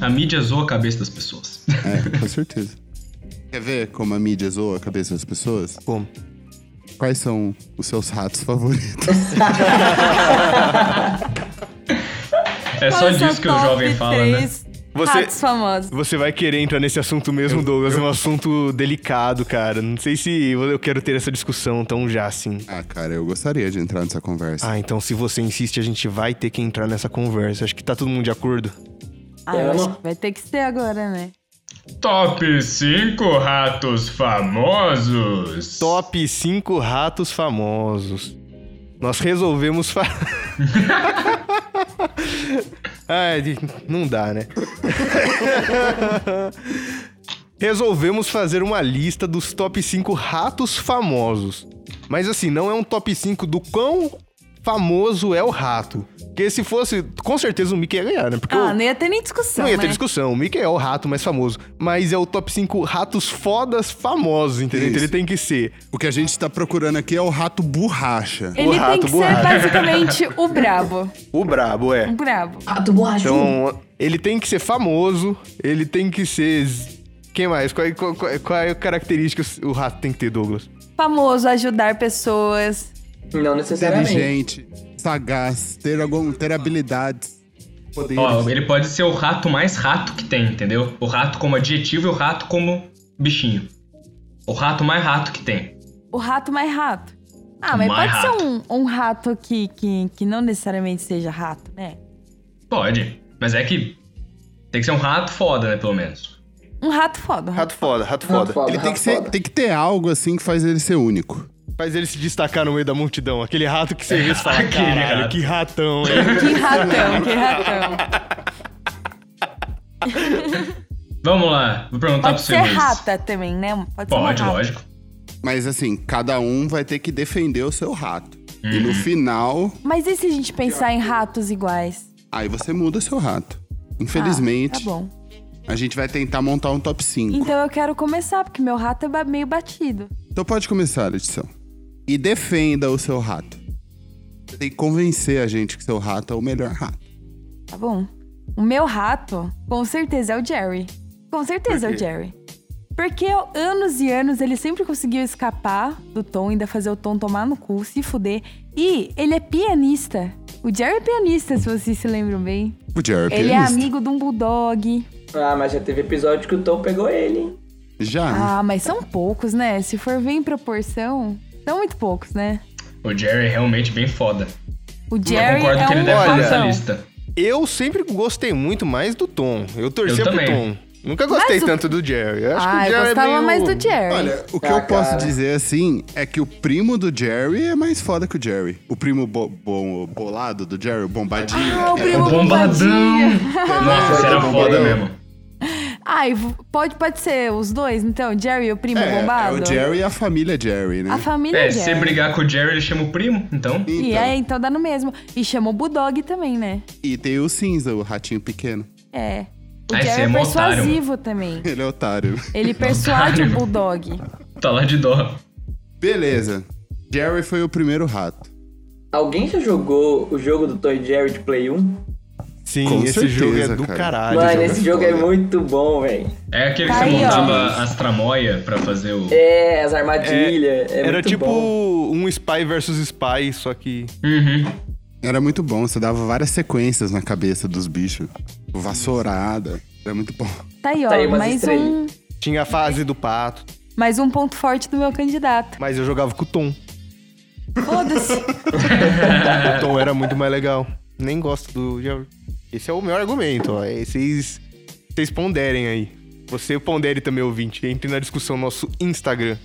D: a mídia zoa a cabeça das pessoas.
C: É, com certeza. Quer ver como a mídia zoa a cabeça das pessoas?
A: Como?
C: Quais são os seus ratos favoritos?
D: É só
B: Qual o seu
D: disso que o
B: top
D: jovem fala, né?
B: três
A: Você-
B: Ratos famosos.
A: Você vai querer entrar nesse assunto mesmo, Douglas. É um assunto delicado, cara. Não sei se eu quero ter essa discussão tão já assim.
C: Ah, cara, eu gostaria de entrar nessa conversa.
A: Ah, então se você insiste, a gente vai ter que entrar nessa conversa. Acho que tá todo mundo de acordo.
B: Ah, eu
E: Ela-
B: acho que vai ter que ser agora, né?
D: Top 5 ratos famosos.
A: Top 5 ratos famosos. Nós resolvemos fa... Ai, de- não dá, né? resolvemos fazer uma lista dos top 5 ratos famosos. Mas assim, não é um top 5 do quão famoso é o rato. Porque se fosse, com certeza o Mickey ia ganhar, né? Porque
B: Ah,
A: o-
B: não ia ter nem discussão.
A: não ia
B: né?
A: ter discussão. O Mickey é o rato mais famoso. Mas é o top 5 ratos fodas famosos, entendeu? Então
C: Isso.
A: ele tem que ser
C: O que a gente tá procurando aqui é o rato borracha.
B: Ele
A: rato,
B: tem que
A: o
B: ser
A: rato.
B: basicamente o brabo.
A: o brabo,
B: O
A: é.
B: brabo.
E: Rato borrachudo.
A: Então, ele tem que ser famoso, ele tem que ser. z- Quem mais? Qual, qual, qual, qual é a característica o rato tem que ter, Douglas?
B: Famoso, ajudar pessoas.
E: Não necessariamente.
C: é Inteligente, sagaz, ter, algum, ter habilidades, poderes.
D: Ó, ele pode ser o rato mais rato que tem, entendeu? O rato como adjetivo e o rato como bichinho. O rato mais rato que tem.
B: O rato mais rato. Ah, mas
D: Mais
B: pode
D: rato.
B: ser um, um rato que, que, que não necessariamente seja rato, né?
D: Pode. Mas é que Tem que ser um rato foda, né, pelo menos.
B: Um rato foda. um
A: Rato
B: rato.
A: foda, rato
E: Rato
A: foda.
E: foda.
C: Ele tem que, ser-
E: Foda.
C: tem que ter algo assim que faz ele ser único.
A: Faz ele se destacar no meio da multidão. Aquele rato que você vê e fala,
D: Aquele
A: caralho,
D: rato."
A: que ratão, hein?
B: Que ratão, que ratão.
D: Vamos lá, vou perguntar
B: Pode
D: pra
B: ser
D: vocês.
B: rata também, né? Pode ser uma
D: Pode,
B: rata.
D: lógico.
C: Mas assim, cada um vai ter que defender o seu rato. E no final,
B: Mas e se a gente pensar em ratos iguais?
C: aí você muda o seu rato.
B: Ah,
C: Infelizmente,
B: tá bom.
C: a gente vai tentar montar um top 5. Então,
B: Então eu quero começar, porque meu rato é ba- meio batido.
C: pode começar, edição. E defenda o seu rato. Você tem que convencer a gente que seu rato é o melhor rato.
B: Tá bom. O meu rato, com certeza, é o Jerry. Com certeza é o Jerry. Porque eu- anos e anos ele sempre conseguiu escapar do Tom, ainda fazer o Tom tomar no cu, se fuder. E ele é pianista. O Jerry é pianista, se vocês se lembram bem.
C: O Jerry
B: Ele é
C: pianista.
B: amigo de um bulldog.
E: Ah, mas já teve episódio que o Tom pegou ele, hein?
C: Já, né?
B: Ah, mas são poucos, né? Se for ver em proporção, são muito poucos, né?
D: O Jerry é realmente bem foda.
B: O
D: Eu
B: Jerry
D: concordo
B: é
D: que ele
B: um
D: deve estar nessa
B: ratão.
D: lista.
A: Eu sempre gostei muito mais do Tom. Eu torcia
D: Eu
A: pro
D: também.
A: Tom. Nunca gostei
B: Mas o-
A: tanto do Jerry. Eu acho que o
B: Ah, eu
A: Jerry é
B: gostava
A: meio-
B: mais do Jerry.
C: Olha, o que
E: Ah,
C: eu posso
E: cara.
C: dizer assim é que o primo do Jerry é mais foda que o Jerry. O primo bo- bo- bolado do Jerry, o bombadinho.
B: Ah, o primo
D: O bombadão!
B: bombadinho.
D: Nossa, esse era
C: Bombadão.
D: foda mesmo.
B: Ai, v- pode, pode ser os dois, então? Jerry e o primo
C: é, é
B: bombado?
C: o Jerry e a família Jerry, né?
B: A família
D: É, se você
B: Jerry.
D: brigar com o Jerry, ele chama o primo, então.
B: E
C: Então,
B: é, então dá no mesmo. E chamou o Bulldog também, né?
C: E tem o cinza, o ratinho pequeno.
B: É. O
D: Ah, esse
B: Jerry
D: é
B: é
D: mó otário,
B: persuasivo também.
C: Ele é otário.
B: Ele persuade o
D: Otário.
B: Bulldog.
D: Tá lá de dó.
C: Beleza. Jerry foi o primeiro rato.
E: Alguém já jogou o jogo do Toy Jerry de Play 1?
A: Sim,
C: Com
A: esse
C: certeza,
A: jogo é do
C: cara.
A: caralho.
E: Mano,
A: jogo.
E: esse jogo é
C: foda.
E: muito bom, velho.
D: É aquele que
B: Tá
D: você
B: aí, ó.
D: montava as tramóia pra fazer o.
E: É, as armadilhas. É,
A: Era
E: muito
A: tipo
E: bom.
A: um Spy versus Spy, só que...
D: Uhum.
C: Era muito bom, você dava várias sequências na cabeça dos bichos. Vassourada. Era muito bom.
B: Tá aí, ó.
E: Tá aí umas
B: mais, um,
E: estrelinhas.
A: Tinha a fase do pato,
B: mais um ponto forte do meu candidato.
A: mas eu jogava com o Tom.
B: Foda-se.
C: É.
A: O Tom Então era muito mais legal. Nem gosto do Jerry. Esse é o meu argumento, ó. E Vocês, vocês ponderem aí. Você pondere também, ouvinte. Entre na discussão no nosso Instagram.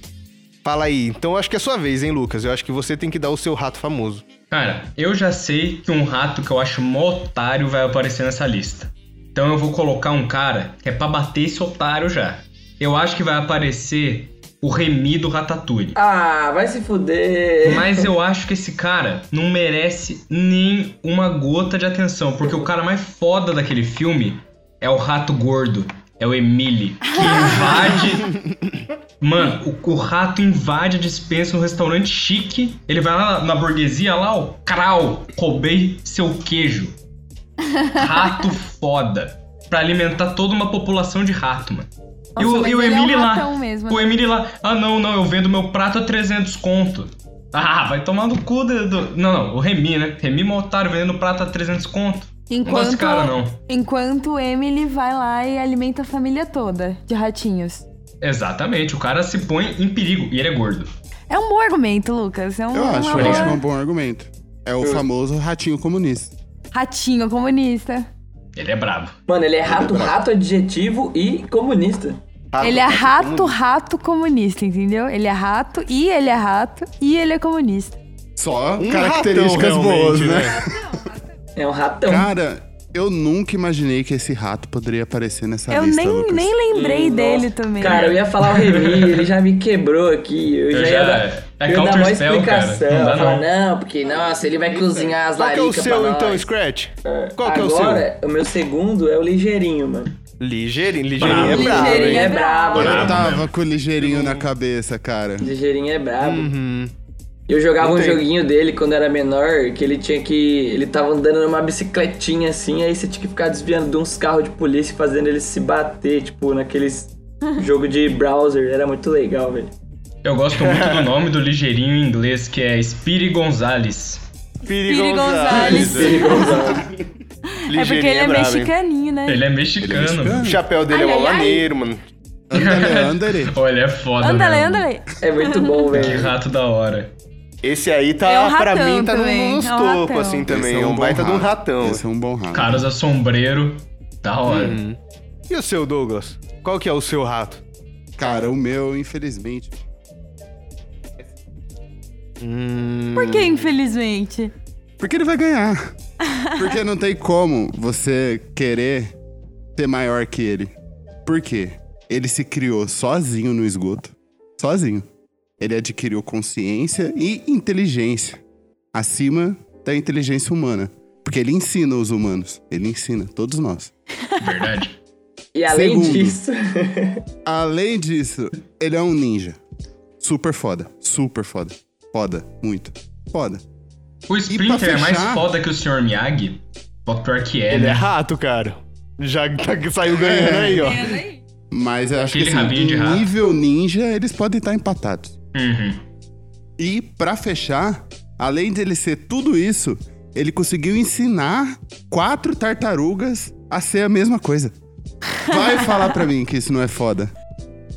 A: Fala aí. Então acho que é sua vez, hein, Lucas? Eu acho que você tem que dar o seu rato famoso.
D: Cara, eu já sei que um rato que eu acho mó otário vai aparecer nessa lista. Então eu vou colocar um cara que é pra bater esse otário já. Eu acho que vai aparecer o Remy do Ratatouille.
E: Ah, vai se fuder.
D: Mas eu acho que esse cara não merece nem uma gota de atenção, porque o cara mais foda daquele filme é o rato gordo, é o Emile, que invade. Mano, o, o rato invade a dispensa no restaurante chique. Ele vai lá na, na burguesia lá, ó, crau, roubei seu queijo. Rato foda. Pra alimentar toda uma população de rato, mano. e
B: Nossa,
D: o,
B: mas
D: e o
B: ele é um
D: Emile lá.
B: ratão mesmo,
D: O
B: né?
D: Emily lá, ah não, não, eu vendo meu prato a 300 conto. Ah, vai tomar no cu do... do- Não, não, o Remy, né? Remy Motário vendendo prato a 300 conto. Não gosto desse
B: Enquanto,
D: cara, não.
B: enquanto Emily vai lá e alimenta a família toda de ratinhos.
D: Exatamente, o cara se põe em perigo e ele é gordo.
B: É um bom argumento, Lucas. É um,
C: Eu
B: é
C: acho,
B: uma
C: eu
B: boa-
C: acho um bom argumento. É o famoso ratinho comunista.
B: ratinho comunista.
D: Ele é brabo.
E: Mano, ele é rato, rato adjetivo e comunista.
A: Rato,
B: ele é
A: rato
B: rato,
A: comunista.
B: rato comunista, entendeu? Ele é rato e ele é rato e ele é comunista.
C: Só
B: é
A: Um
C: características
A: ratão,
C: boas, né?
A: realmente,
E: É um ratão.
C: Cara, eu nunca imaginei que esse rato poderia aparecer nessa
B: eu
C: Tá lista,
B: nem,
C: Lucas.
B: nem lembrei
E: Nossa.
B: dele também.
E: Cara, eu ia falar o Remy, ele já me quebrou aqui. Eu,
D: Eu
E: já,
D: já-
E: ia dar,
D: é
E: eu ia dar uma
D: counter spell, cara.
E: explicação.
D: Não dá,
E: Eu falar,
D: não.
E: não, porque, nossa, ele vai cozinhar as
A: Qual que é o
E: laricas pra
A: seu,
E: nós.
A: então, Scratch? Qual que é o seu?
E: Agora, o meu segundo é o ligeirinho, mano.
A: Ligeirinho, ligeirinho é
D: Bravo.
A: bravo,
B: Ligeirinho
A: hein?
E: é brabo,
D: brabo.
C: Eu
E: né?
C: tava com o ligeirinho na cabeça, cara.
E: Ligeirinho é brabo.
A: Uhum.
E: Eu jogava
A: Não
E: um
A: tem.
E: joguinho dele quando era menor, que ele tinha que. Ele tava andando numa bicicletinha assim, aí você tinha que ficar desviando de uns carros de polícia e fazendo ele se bater, tipo, naqueles jogo de browser. Era muito legal, velho.
D: Eu gosto muito do nome do ligeirinho em inglês, que é Spiri Gonzalez.
A: Piri
B: Piri
A: Gonzalez.
B: Gonzalez. É porque ele é,
A: bravo, hein?
B: mexicaninho, né?
D: Ele é
C: Ele é mexicano.
D: mexicano.
A: O chapéu dele é
B: Ai,
A: mó
B: ai, ai.
A: maneiro, mano.
C: Andale, andale.
D: Olha, é foda
B: Andale,
D: mesmo.
B: andale.
E: É muito bom,
D: Que
E: velho.
D: rato da hora.
A: Esse aí tá,
B: É um
A: pra
B: ratão
A: mim, tá no-
B: também,
A: nos
B: é um
A: topos,
B: ratão.
A: assim,
C: Esse
A: também. É
C: bom
A: um baita de um ratão.
C: Esse é um bom rato.
D: Caras a sombreiro. Da hora.
C: Uhum.
A: E o seu, Douglas? Qual que é o seu rato?
C: Cara, o meu, infelizmente.
B: Por que, infelizmente?
C: Porque ele vai ganhar. Porque não tem como você querer ser maior que ele. Por quê? Ele se criou sozinho no esgoto. Sozinho. Ele adquiriu consciência e inteligência. Acima da inteligência humana. Porque ele ensina os humanos. Ele ensina todos nós.
D: Verdade.
E: E além
C: Segundo.
E: disso,
C: Além disso, ele é um ninja. Super foda. Super foda. Foda. Muito. Foda.
D: O Splinter é mais
C: fechar-
D: foda que o Sr. Miyagi? Bota pior que é,
A: Ele é
D: né?
A: rato, cara. Já tá- saiu ganhando aí, ó.
B: É.
C: Mas eu acho
D: Aquele
C: que assim,
D: rabinho de rato.
C: em nível ninja, eles podem estar empatados.
D: Uhum.
C: E pra fechar, além dele ser tudo isso, ele conseguiu ensinar quatro tartarugas a ser a mesma coisa. Vai falar pra mim que isso não é foda.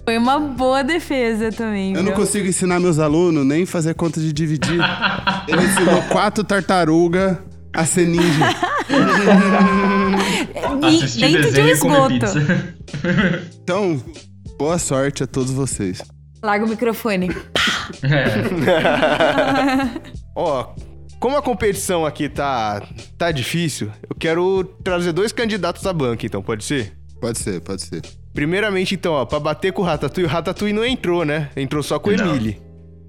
B: Foi uma boa defesa também.
C: Eu não
B: viu?
C: consigo ensinar meus alunos nem fazer conta de dividir. Ele ensinou quatro tartarugas a ser ninja.
B: E
D: Assistir
B: dentro de um
D: desenho e comer
B: esgoto.
D: pizza.
C: Então, boa sorte a todos vocês.
B: Larga o microfone.
D: É.
A: Ó, como a competição aqui tá, tá difícil, eu quero trazer dois candidatos à banca, então, pode ser?
C: Pode ser, pode ser.
A: Primeiramente, então, ó, pra bater com o Ratatouille, o Ratatouille não entrou, né? Entrou só com o
D: Não.
A: Emile.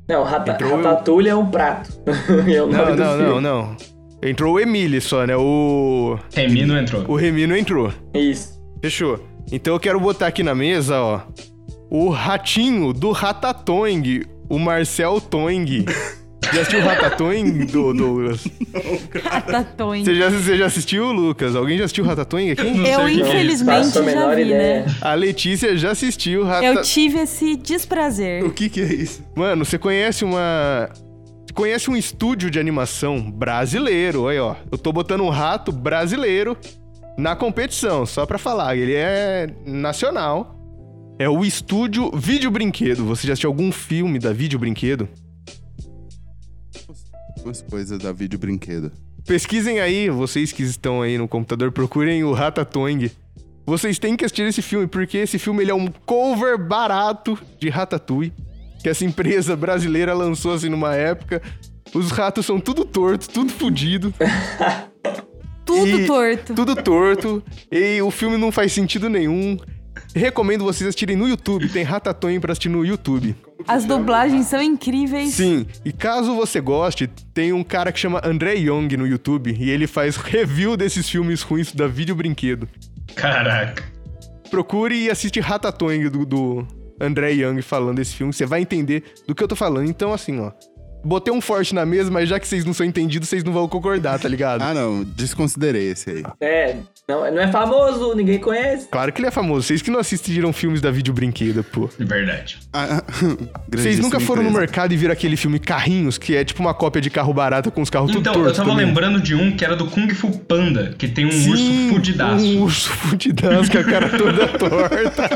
E: não, rata,
A: Entrou eu.
E: ratatouille é um prato. É o nome
A: Não,
E: do
A: não,
E: filme.
A: não, não. Entrou o Emile só, né? O.
D: Remy não entrou.
A: O Remy não entrou.
E: Isso.
A: Fechou. Então eu quero botar aqui na mesa, ó. O ratinho do Ratatong, o Marcel Tong. Já assistiu o Ratatouille, do Douglas?
B: Ratatouille.
A: Você já, você já assistiu, Lucas? Alguém já assistiu o Ratatouille aqui?
D: Não sei
B: Eu,
D: o que que é isso.
B: infelizmente,
E: Faço
B: já
E: a menor
B: vi,
E: ideia.
B: né?
A: A Letícia já assistiu o
B: Eu
A: Ratatouille.
B: tive esse desprazer.
C: O que que é isso?
A: Mano, você conhece uma... Você conhece um estúdio de animação brasileiro, aí ó. Eu tô botando um rato brasileiro na competição, só pra falar. Ele é nacional. É o estúdio Vídeo Brinquedo. Você já assistiu algum filme da Vídeo Brinquedo?
C: Umas coisas da vídeo brinquedo.
A: Pesquisem aí, vocês que estão aí no computador, procurem o Ratatouille. Vocês têm que assistir esse filme, porque esse filme ele é um cover barato de Ratatouille, que essa empresa brasileira lançou assim numa época. Os ratos são tudo torto, tudo fudido,
B: Tudo
A: E-
B: torto.
A: tudo torto, e o filme não faz sentido nenhum. Recomendo vocês assistirem no YouTube, tem Ratatouille pra assistir no YouTube.
B: As dublagens são incríveis.
A: Sim, e caso você goste, tem um cara que chama André Young no YouTube e ele faz review desses filmes ruins da Vídeo Brinquedo.
D: Caraca.
A: Procure e assiste Ratatouille do, do André Young falando esse filme, você vai entender do que eu tô falando. Então, assim, ó, botei um forte na mesa, mas já que vocês não são entendidos, vocês não vão concordar, tá ligado?
C: Ah, não, desconsiderei esse aí.
E: É, não, não é famoso, ninguém conhece.
A: Claro que ele é famoso, vocês que não assistiram filmes da Vídeo Brinquedo, pô.
D: Verdade.
C: Ah,
A: Vocês
C: grandíssima
A: nunca foram no
C: empresa.
A: mercado e viram aquele filme Carrinhos, que é tipo uma cópia de carro barato com os carros tudo
D: Então,
A: torto
D: eu tava
A: também?
D: lembrando de um que era do Kung Fu Panda, que tem um urso fudidaço.
A: Um urso fudidaço com a cara toda torta.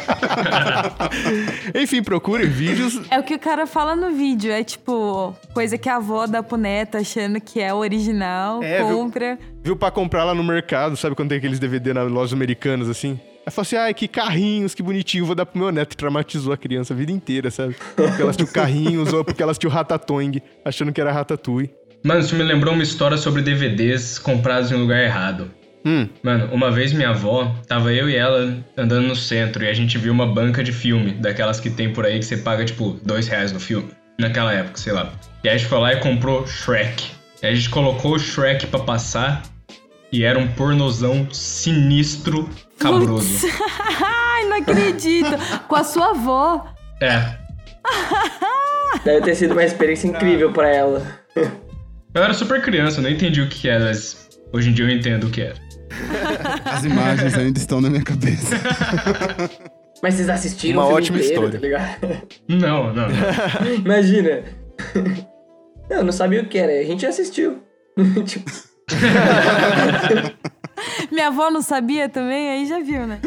A: Enfim, procure vídeos.
B: É o que o cara fala no vídeo. É tipo, coisa que a avó dá pro neto achando que é o original,
A: É, viu?
B: compra.
A: Viu pra comprar lá no mercado, sabe quando tem aqueles DVD nas lojas americanas assim? Aí fala assim: ai, que carrinhos, que bonitinho, vou dar pro meu neto. E traumatizou a criança a vida inteira, sabe? Porque elas tinham carrinhos ou porque elas tinham ratatouille, achando que era ratatouille.
D: Mano, isso me lembrou uma história sobre DVDs comprados em um lugar errado.
A: Hum.
D: Mano, uma vez minha avó, tava eu e ela andando no centro e a gente viu uma banca de filme, daquelas que tem por aí que você paga tipo dois reais no filme, naquela época, sei lá. E aí a gente foi lá e comprou Shrek. E a gente colocou o Shrek pra passar e era um pornozão sinistro, cabroso.
B: Putz. Ai, não acredito. Com a sua avó.
D: É.
E: Deve ter sido uma experiência
A: Ah.
E: incrível pra ela.
D: Eu era super criança, eu não entendi o que era, mas hoje em dia eu entendo o que era.
C: As imagens ainda estão na minha cabeça.
E: Mas vocês assistiram
A: Uma
E: o filme
A: ótima
E: inteiro,
A: história.
E: tá ligado?
D: Não, não. não.
E: Imagina. Não, eu não sabia o que era, a gente assistiu. tipo,
B: Minha avó não sabia também, aí já viu, né?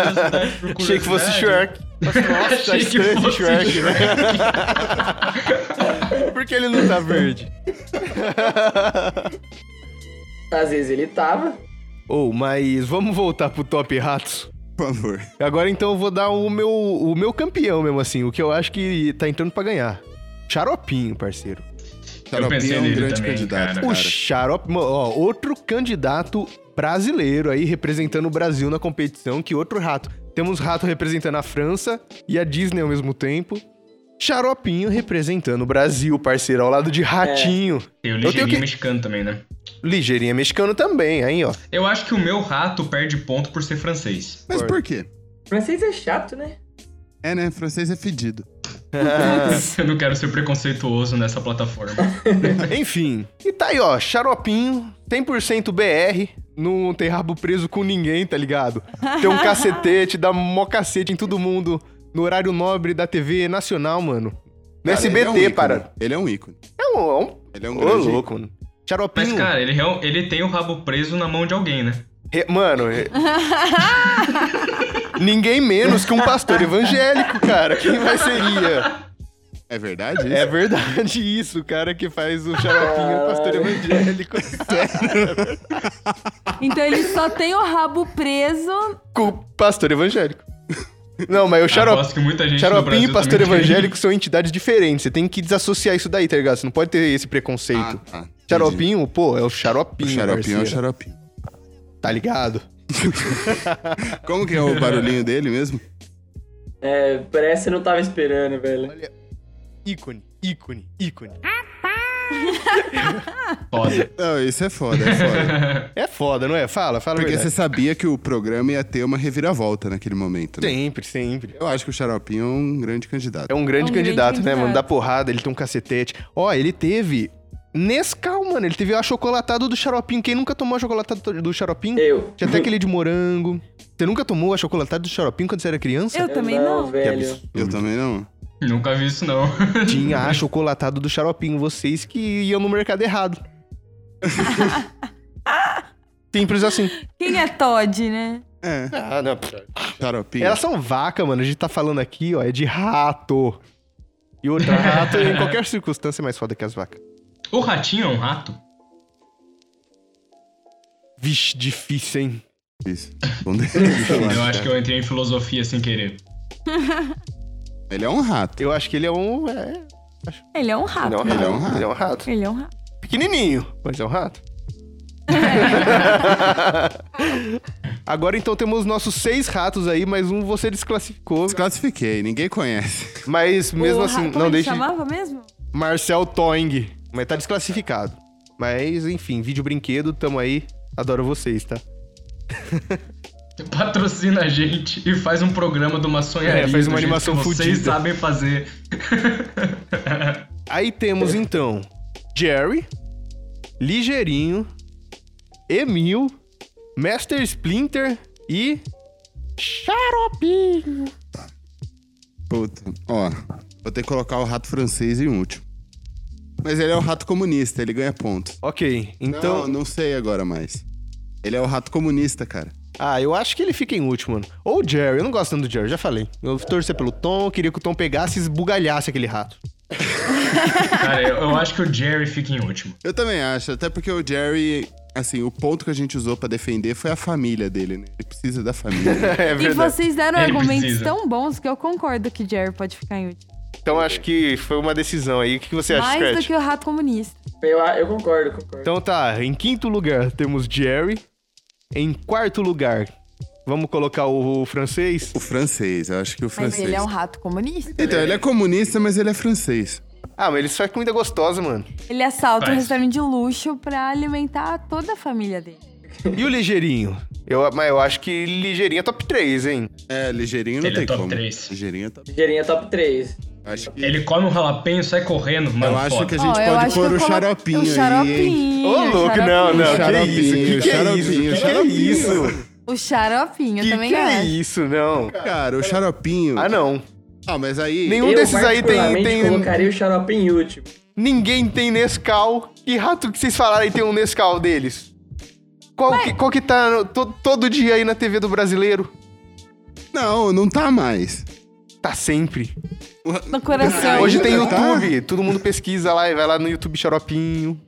A: Achei que fosse Shrek. Nossa, tá
D: Achei que
A: estranho
D: fosse
A: Shrek, né? Por que ele não tá verde?
E: às vezes ele tava,
A: Ou, mas vamos voltar pro top ratos.
C: Por favor.
A: Agora então eu vou dar o meu, o meu campeão mesmo assim, o que eu acho que tá entrando pra ganhar. Xaropinho, parceiro.
D: Eu pensei
C: Xaropinho é um
D: nele
C: grande
D: também,
C: candidato,
D: cara.
A: O
C: cara.
A: Xarope, mo- ó, outro candidato brasileiro aí representando o Brasil na competição, que outro rato. Temos rato representando a França e a Disney ao mesmo tempo. Xaropinho representando o Brasil, parceiro, ao
C: É.
A: lado de Ratinho.
D: Tem o
A: Eu tenho
D: ligeirinho
A: que-
D: mexicano também, né?
A: Ligeirinha mexicano também, aí, ó.
D: Eu acho que o meu rato perde ponto por ser francês.
C: Mas por quê?
E: Francês é chato, né?
C: É, né? Francês é fedido.
D: Eu não quero ser preconceituoso nessa plataforma.
A: Enfim. E tá aí, ó, Xaropinho, 100% BR, não tem rabo preso com ninguém, tá ligado? Tem um cacetete, dá mó cacete em todo mundo, no horário nobre da TV nacional, mano. No
C: Cara, ele é um
A: SBT,
C: ícone.
A: para.
C: Ele é um ícone.
A: É um... É um
C: Ele é um
A: Ô,
C: grande ícone.
A: louco, mano. Xaropinho...
D: Mas, cara, ele, real- ele tem o rabo preso na mão de alguém, né?
A: re- Mano... re- Ninguém menos que um pastor evangélico, cara. Quem mais seria?
C: É verdade? isso?
A: É verdade isso, o cara que faz o xaropinho é um pastor evangélico.
B: Então ele só tem o rabo preso.
A: com o pastor evangélico. Não, mas o xarop...
D: Aposto que muita gente no
A: xaropinho e
D: Brasil
A: pastor
D: também tem.
A: evangélico são entidades diferentes. Você tem que desassociar isso daí, tá ligado? Você não pode ter esse
C: Ah,
A: preconceito.
C: tá. Entendi.
A: Xaropinho, pô, é o
C: O
A: xaropinho,
C: xaropinho é o
A: parceiro.
C: xaropinho.
A: Tá ligado?
C: Como que é o barulhinho dele mesmo?
E: É, parece que eu não tava esperando, velho.
A: Ícone, ícone, ícone.
D: Foda.
C: Não, isso é foda, é foda.
A: É foda, não é? Fala, fala
C: Porque
A: a
C: você
A: verdade.
C: sabia que o programa ia ter uma reviravolta naquele momento, né?
A: Sempre, sempre.
C: Eu acho que o xaropinho é um grande candidato.
A: É um grande
B: É um grande
A: candidato, né,
B: candidato.
A: mano? Dá porrada, ele tem um cacetete. Ó, ele teve Nescau, mano. Ele teve a chocolatada do xaropinho. Quem nunca tomou a chocolatada do xaropinho?
E: Eu.
A: Tinha até aquele de morango. Você nunca tomou a chocolatada do xaropinho quando você era criança?
B: Eu também não.
A: Que
E: velho.
A: absurdo.
C: Eu também não.
D: Nunca vi isso, não.
A: Tinha a chocolatada do xaropinho. Vocês que iam no mercado errado. Simples assim.
B: Quem é Todd, né?
C: É,
A: Ah, não.
C: xaropinho.
A: Elas são vaca, mano. A gente tá falando aqui, ó, é de rato. E outra rato em qualquer circunstância é mais foda que as vacas.
D: O ratinho é um rato?
A: Vixe, difícil, hein?
C: Isso. Bom dele.
D: Eu acho que eu entrei em filosofia sem querer.
C: Ele é um rato.
A: Eu acho que ele é um. É...
B: Ele é um rato.
C: Ele é um rato.
A: Ele é um rato.
B: Ele é um rato.
A: Pequenininho, mas é um rato. Agora então temos nossos seis ratos aí, mas um você desclassificou.
C: Desclassifiquei, ninguém conhece.
A: Mas mesmo
B: O ra-
A: assim,
B: como
A: não
B: ele
A: deixe.
B: chamava mesmo?
A: Marcel Toing. Mas tá desclassificado. Mas enfim, vídeo brinquedo, tamo aí. Adoro vocês, tá?
D: Patrocina a gente e faz um programa de uma sonharia.
A: É, faz
D: do
A: uma
D: jeito
A: animação
D: que Vocês
A: fudida.
D: sabem fazer.
A: Aí temos então Jerry, Ligeirinho, Emil, Master Splinter e Xaropinho.
C: Puta. Ó, vou ter que colocar o rato francês em último. Mas ele é o rato comunista, ele ganha ponto.
A: Ok, então.
C: Então, não, não sei agora mais. Ele é o rato comunista, cara.
A: Ah, eu acho que ele fica em último, mano. Ou o Jerry, eu não gosto tanto do Jerry, já falei. Eu torcer pelo Tom, queria que o Tom pegasse e esbugalhasse aquele rato.
D: Cara, eu, eu acho que o Jerry fica em último.
C: Eu também acho, até porque o Jerry, assim, o ponto que a gente usou pra defender foi a família dele, né? Ele precisa da família. né?
A: é
B: E vocês deram
D: Ele
B: argumentos
D: precisa.
B: tão bons que eu concordo que Jerry pode ficar em último.
A: Então acho que foi uma decisão aí. O que é tipo que você acha,
B: Mais do
A: Scratch?
B: que o rato comunista.
E: Eu, ah, eu concordo, concordo.
A: Então tá, em quinto lugar temos Jerry. Em quarto lugar, vamos colocar o, o francês.
C: o francês, eu acho que o
B: Mas
C: francês.
B: ele é um rato comunista.
C: Então, ele é comunista, mas ele é francês.
A: Ah, mas eles fazem comida gostosa, mano.
B: Ele assalta um
D: Mas-
B: restaurante de luxo pra alimentar toda a família dele.
A: E o ligeirinho? Eu, mas eu acho que ligeirinho é top 3, hein?
C: É, ligeirinho não
D: Ele é
C: tem
D: top
C: como.
D: três.
C: Ligeirinho é top
E: Ligeirinho é top 3.
C: Acho que...
D: Ele come um jalapeno e sai correndo. Mano,
C: Eu acho
D: foda.
C: que a gente
B: Ó, eu
C: pode
B: acho que
C: pôr
B: eu
C: o
B: colo-
C: xaropinho
B: O
C: aí, hein?
A: Ô,
B: xaropinho. o
A: louco, não,
B: xaropinho.
A: não. Que
C: Xaropinho,
A: isso? Que, que é isso?
C: xaropinho,
A: Que, que é
C: xaropinho.
A: isso?
B: O xaropinho, eu
A: Que
B: também
A: que é
B: acho.
A: isso? Não.
C: Cara, o xaropinho...
A: Ah, não.
C: Ah, mas aí...
A: Nenhum
E: eu,
A: desses aí tem.
E: particularmente,
A: tem...
E: colocaria o xarope em último.
A: Ninguém tem Nescau. Que rato que vocês falaram aí tem um Nescau deles? Qual, que, qual que tá no- to- todo dia aí na TV do brasileiro?
C: Não, não tá mais.
A: Tá sempre.
B: No coração.
A: Hoje tem
C: Tá.
A: YouTube, todo mundo pesquisa lá e vai lá no YouTube Xaropinho.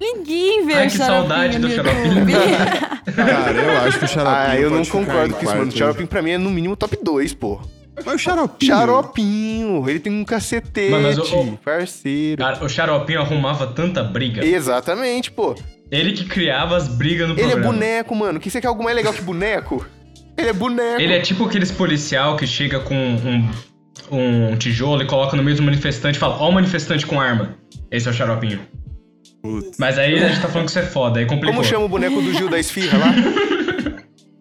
B: Ninguém vê
D: Ai,
B: o
D: que saudade do
B: xaropinho no
D: xaropinho.
B: YouTube.
C: Cara, eu acho que o xaropinho.
A: Ah, eu não
C: pode ficar
A: concordo
C: em
A: com isso, mano.
C: quarto.
A: Xaropinho pra mim é no mínimo top 2, pô.
C: Mas o xaropinho.
A: Xaropinho, ele tem um cacetete,
D: Mano, mas o- o-
A: parceiro.
D: Cara, Ah, o Xaropinho arrumava tanta briga.
A: Exatamente, pô.
D: Ele que criava as brigas no
A: Ele é
D: programa.
A: boneco, mano. Que você quer algo mais legal que boneco? Ele é boneco.
D: Ele é tipo aqueles policial que chega com um, um tijolo e coloca no meio do manifestante e fala, ó o manifestante com arma. Esse é o xaropinho.
C: Putz,
D: Mas aí a gente tá falando que você é foda, aí complicou.
A: Como chama o boneco do Gil da Esfirra lá?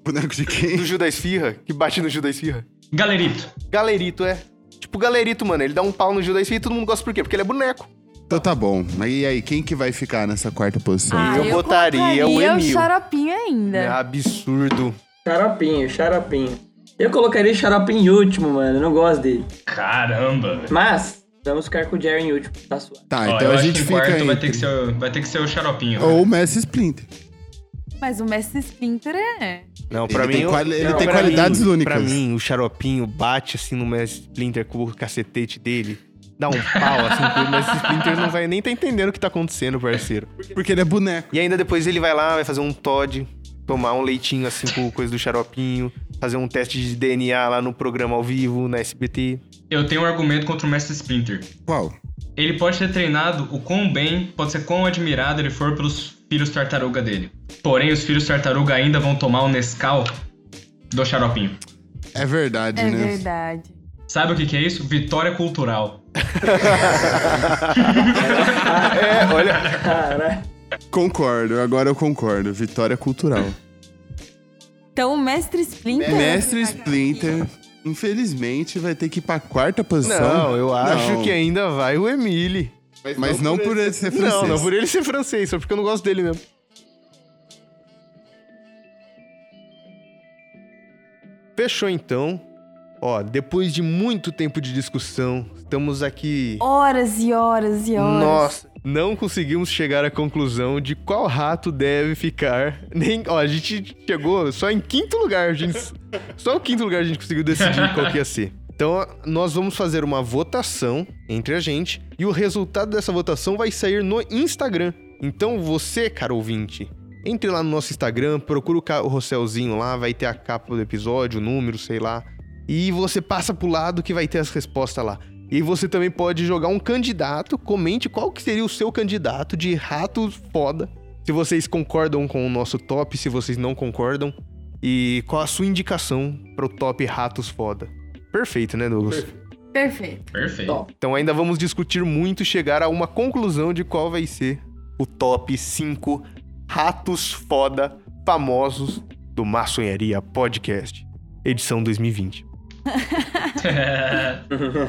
C: boneco de
A: Do
C: quem?
A: Gil da Esfirra? Que bate no Gil da Esfirra?
D: Galerito.
A: Galerito, é. Tipo, galerito, mano. Ele dá um pau no Gil da Esfirra e todo mundo gosta por quê? Porque ele é boneco.
C: Então tá bom. Mas e aí, quem que vai ficar nessa quarta posição?
B: Ah,
A: Eu botaria o
B: colocaria
A: Emil.
B: xaropinho ainda.
A: É absurdo.
E: Xaropinho, xaropinho. Eu colocaria o xaropinho em último, mano. Eu não gosto dele.
D: Caramba, velho.
E: Mas, vamos ficar com o Jerry em último, tá suave.
C: Tá,
D: Ó,
C: então
D: eu
C: a
D: acho
C: gente
D: que em
C: fica
D: quarto vai ter
C: entre-
D: que, ser, o- vai ter que ser o xaropinho.
C: Ou o Messi Splinter.
B: Mas o Mestre Splinter é...
A: Não,
C: Ele
A: pra
C: tem
A: mim. o-
C: quali- ele
A: não,
C: tem
A: pra
C: qualidades
A: mim-
C: únicas.
A: Pra mim, o xaropinho bate assim no Mestre Splinter com o cacetete dele. Dá um pau assim, que o Mestre Splinter não vai nem tá entendendo o que tá acontecendo, parceiro.
C: Porque ele é boneco.
A: E ainda depois ele vai lá, vai fazer um Todd, tomar um leitinho assim com coisa do xaropinho, fazer um teste de DNA lá no programa ao vivo, na SBT.
D: Eu tenho um argumento contra o Mestre Splinter.
C: Qual?
D: Ele pode ter treinado o quão bem, pode ser quão admirado ele for pelos filhos tartaruga dele. Porém, os filhos tartaruga ainda vão tomar o Nescau do xaropinho.
C: É verdade,
B: É
C: né?
B: verdade.
D: Sabe o que, que é isso? Vitória cultural.
A: É, olha,
E: Caralho.
C: Concordo, agora eu concordo. Vitória cultural.
B: Então o Mestre Splinter...
C: Mestre Splinter, infelizmente, vai ter que ir pra quarta posição.
A: Não, eu acho
C: Não,
A: que ainda vai o Emile.
C: Mas é- não por ele ser francês.
A: Não, não por ele ser francês, só porque eu não gosto dele mesmo. Fechou então. Ó, depois de muito tempo de discussão, estamos aqui.
B: Horas e horas e horas.
A: Nossa, não conseguimos chegar à conclusão de qual rato deve ficar. Nem, ó, a gente chegou só em quinto lugar, a gente. Só o quinto lugar a gente conseguiu decidir qual que ia ser. Então, ó, nós vamos fazer uma votação entre a gente e o resultado dessa votação vai sair no Instagram. Então, você, cara ouvinte, entre lá no nosso Instagram, procura o ca- o Rosselzinho lá, vai ter a capa do episódio, o número, sei lá. E você passa pro lado que vai ter as respostas lá. E você também pode jogar um candidato. Comente qual que seria o seu candidato de rato foda. Se vocês concordam com o nosso top, se vocês não concordam. E qual a sua indicação pro top ratos foda. Perfeito, né, Douglas?
B: Perfeito.
D: Perfeito.
E: Top.
A: Então ainda vamos discutir muito e chegar a uma conclusão de qual vai ser o top 5 ratos foda famosos do Maçonharia Podcast, edição 2020.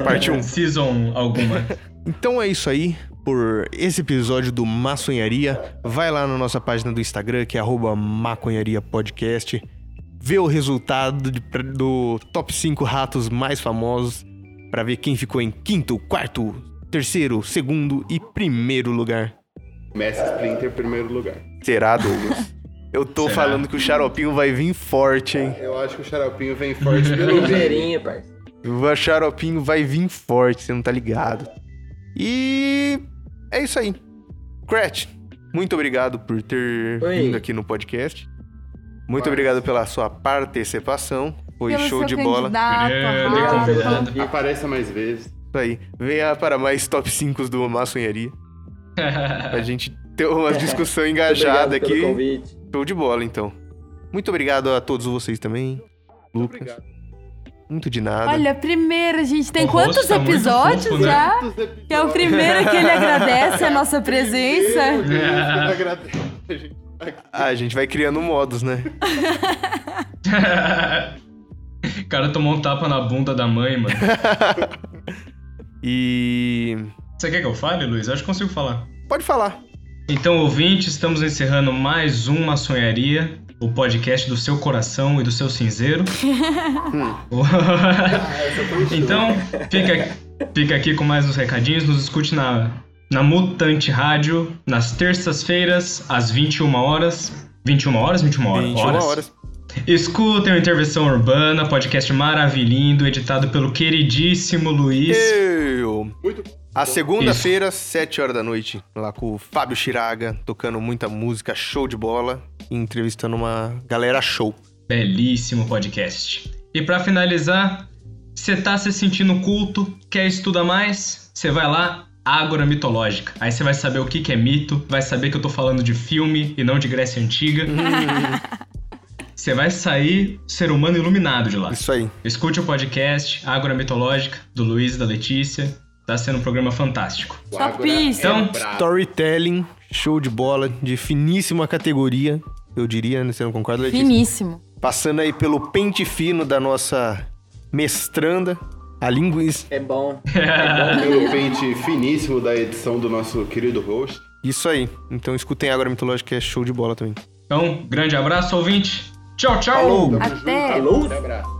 A: Parte 1.
D: Season alguma.
A: Então é isso aí por esse episódio do Maçonharia. Vai lá na nossa página do Instagram, que é arroba maconharia podcast. Vê o resultado de- pra- do top 5 ratos mais famosos para ver quem ficou em quinto, quarto, terceiro, segundo e primeiro lugar.
C: Messi Splinter, primeiro lugar.
A: Será, Douglas? Eu tô
D: Será?
A: falando que o xaropinho vai vir forte, hein?
C: Eu acho que o xaropinho vem forte
E: Ligeirinha, parceiro.
A: O xaropinho vai vir forte, você não tá ligado. E é isso aí. Cratch, muito obrigado por ter
E: Oi.
A: vindo aqui no podcast. Muito obrigado pela sua participação. Foi
B: Pelo
A: show
B: seu
A: de bola.
B: candidato,
D: Grande
B: Rafa.
D: convidado.
C: Apareça mais vezes.
A: Isso aí. Venha para mais top 5 do Maçonharia. Pra gente ter uma discussão
E: É. Obrigado
A: engajada
E: pelo
A: aqui.
E: convite.
A: Show de bola, então. Muito obrigado a todos vocês também. Lucas. Muito de nada.
B: Olha, primeiro, gente, tem
D: O
B: quantos
D: rosto tá muito
B: episódios
D: fofo, né?
B: já? Que é o primeiro que ele agradece a nossa presença.
A: Ah, a gente vai criando modos, né?
D: O cara tomou um tapa na bunda da mãe, mano.
A: E.
D: Você quer que eu fale, Luiz? Eu acho que consigo falar.
A: Pode falar.
D: Então, ouvinte, estamos encerrando mais uma sonharia, o podcast do seu coração e do seu cinzeiro. então, fica, fica aqui com mais uns recadinhos, nos escute na, na Mutante Rádio, nas terças-feiras, às 21 horas. 21 horas? 21 horas.
A: 21
D: horas.
A: horas.
D: Escutem o Intervenção Urbana, podcast maravilhindo, editado pelo queridíssimo Luiz.
A: Eu. Às segunda-feira, 7 horas da noite, lá com o Fábio Chiraga, tocando muita música, show de bola, e entrevistando uma galera show.
D: Belíssimo podcast. E pra finalizar, você tá se sentindo culto, quer estudar mais? Você vai lá, Ágora Mitológica. Aí você vai saber o que, que é mito, vai saber que eu tô falando de filme e não de Grécia Antiga. Você vai sair ser humano iluminado de lá.
A: Isso aí.
D: Escute o podcast Ágora Mitológica, do Luiz e da Letícia. Tá sendo um programa fantástico.
B: Chapista.
D: Então,
A: Storytelling, show de bola, de finíssima categoria, eu diria, né? Você não concorda, Letícia?
B: Finíssimo.
A: Passando aí pelo pente fino da nossa mestranda, a linguiça.
E: É bom.
F: Pelo pente finíssimo da edição do nosso querido host.
A: Isso aí. Então escutem Ágora Mitológica, que é show de bola também.
D: então grande abraço, ouvinte. Tchau, tchau!
A: Falou!
F: Tamo
B: Até.
F: junto. Alô? Até abraço.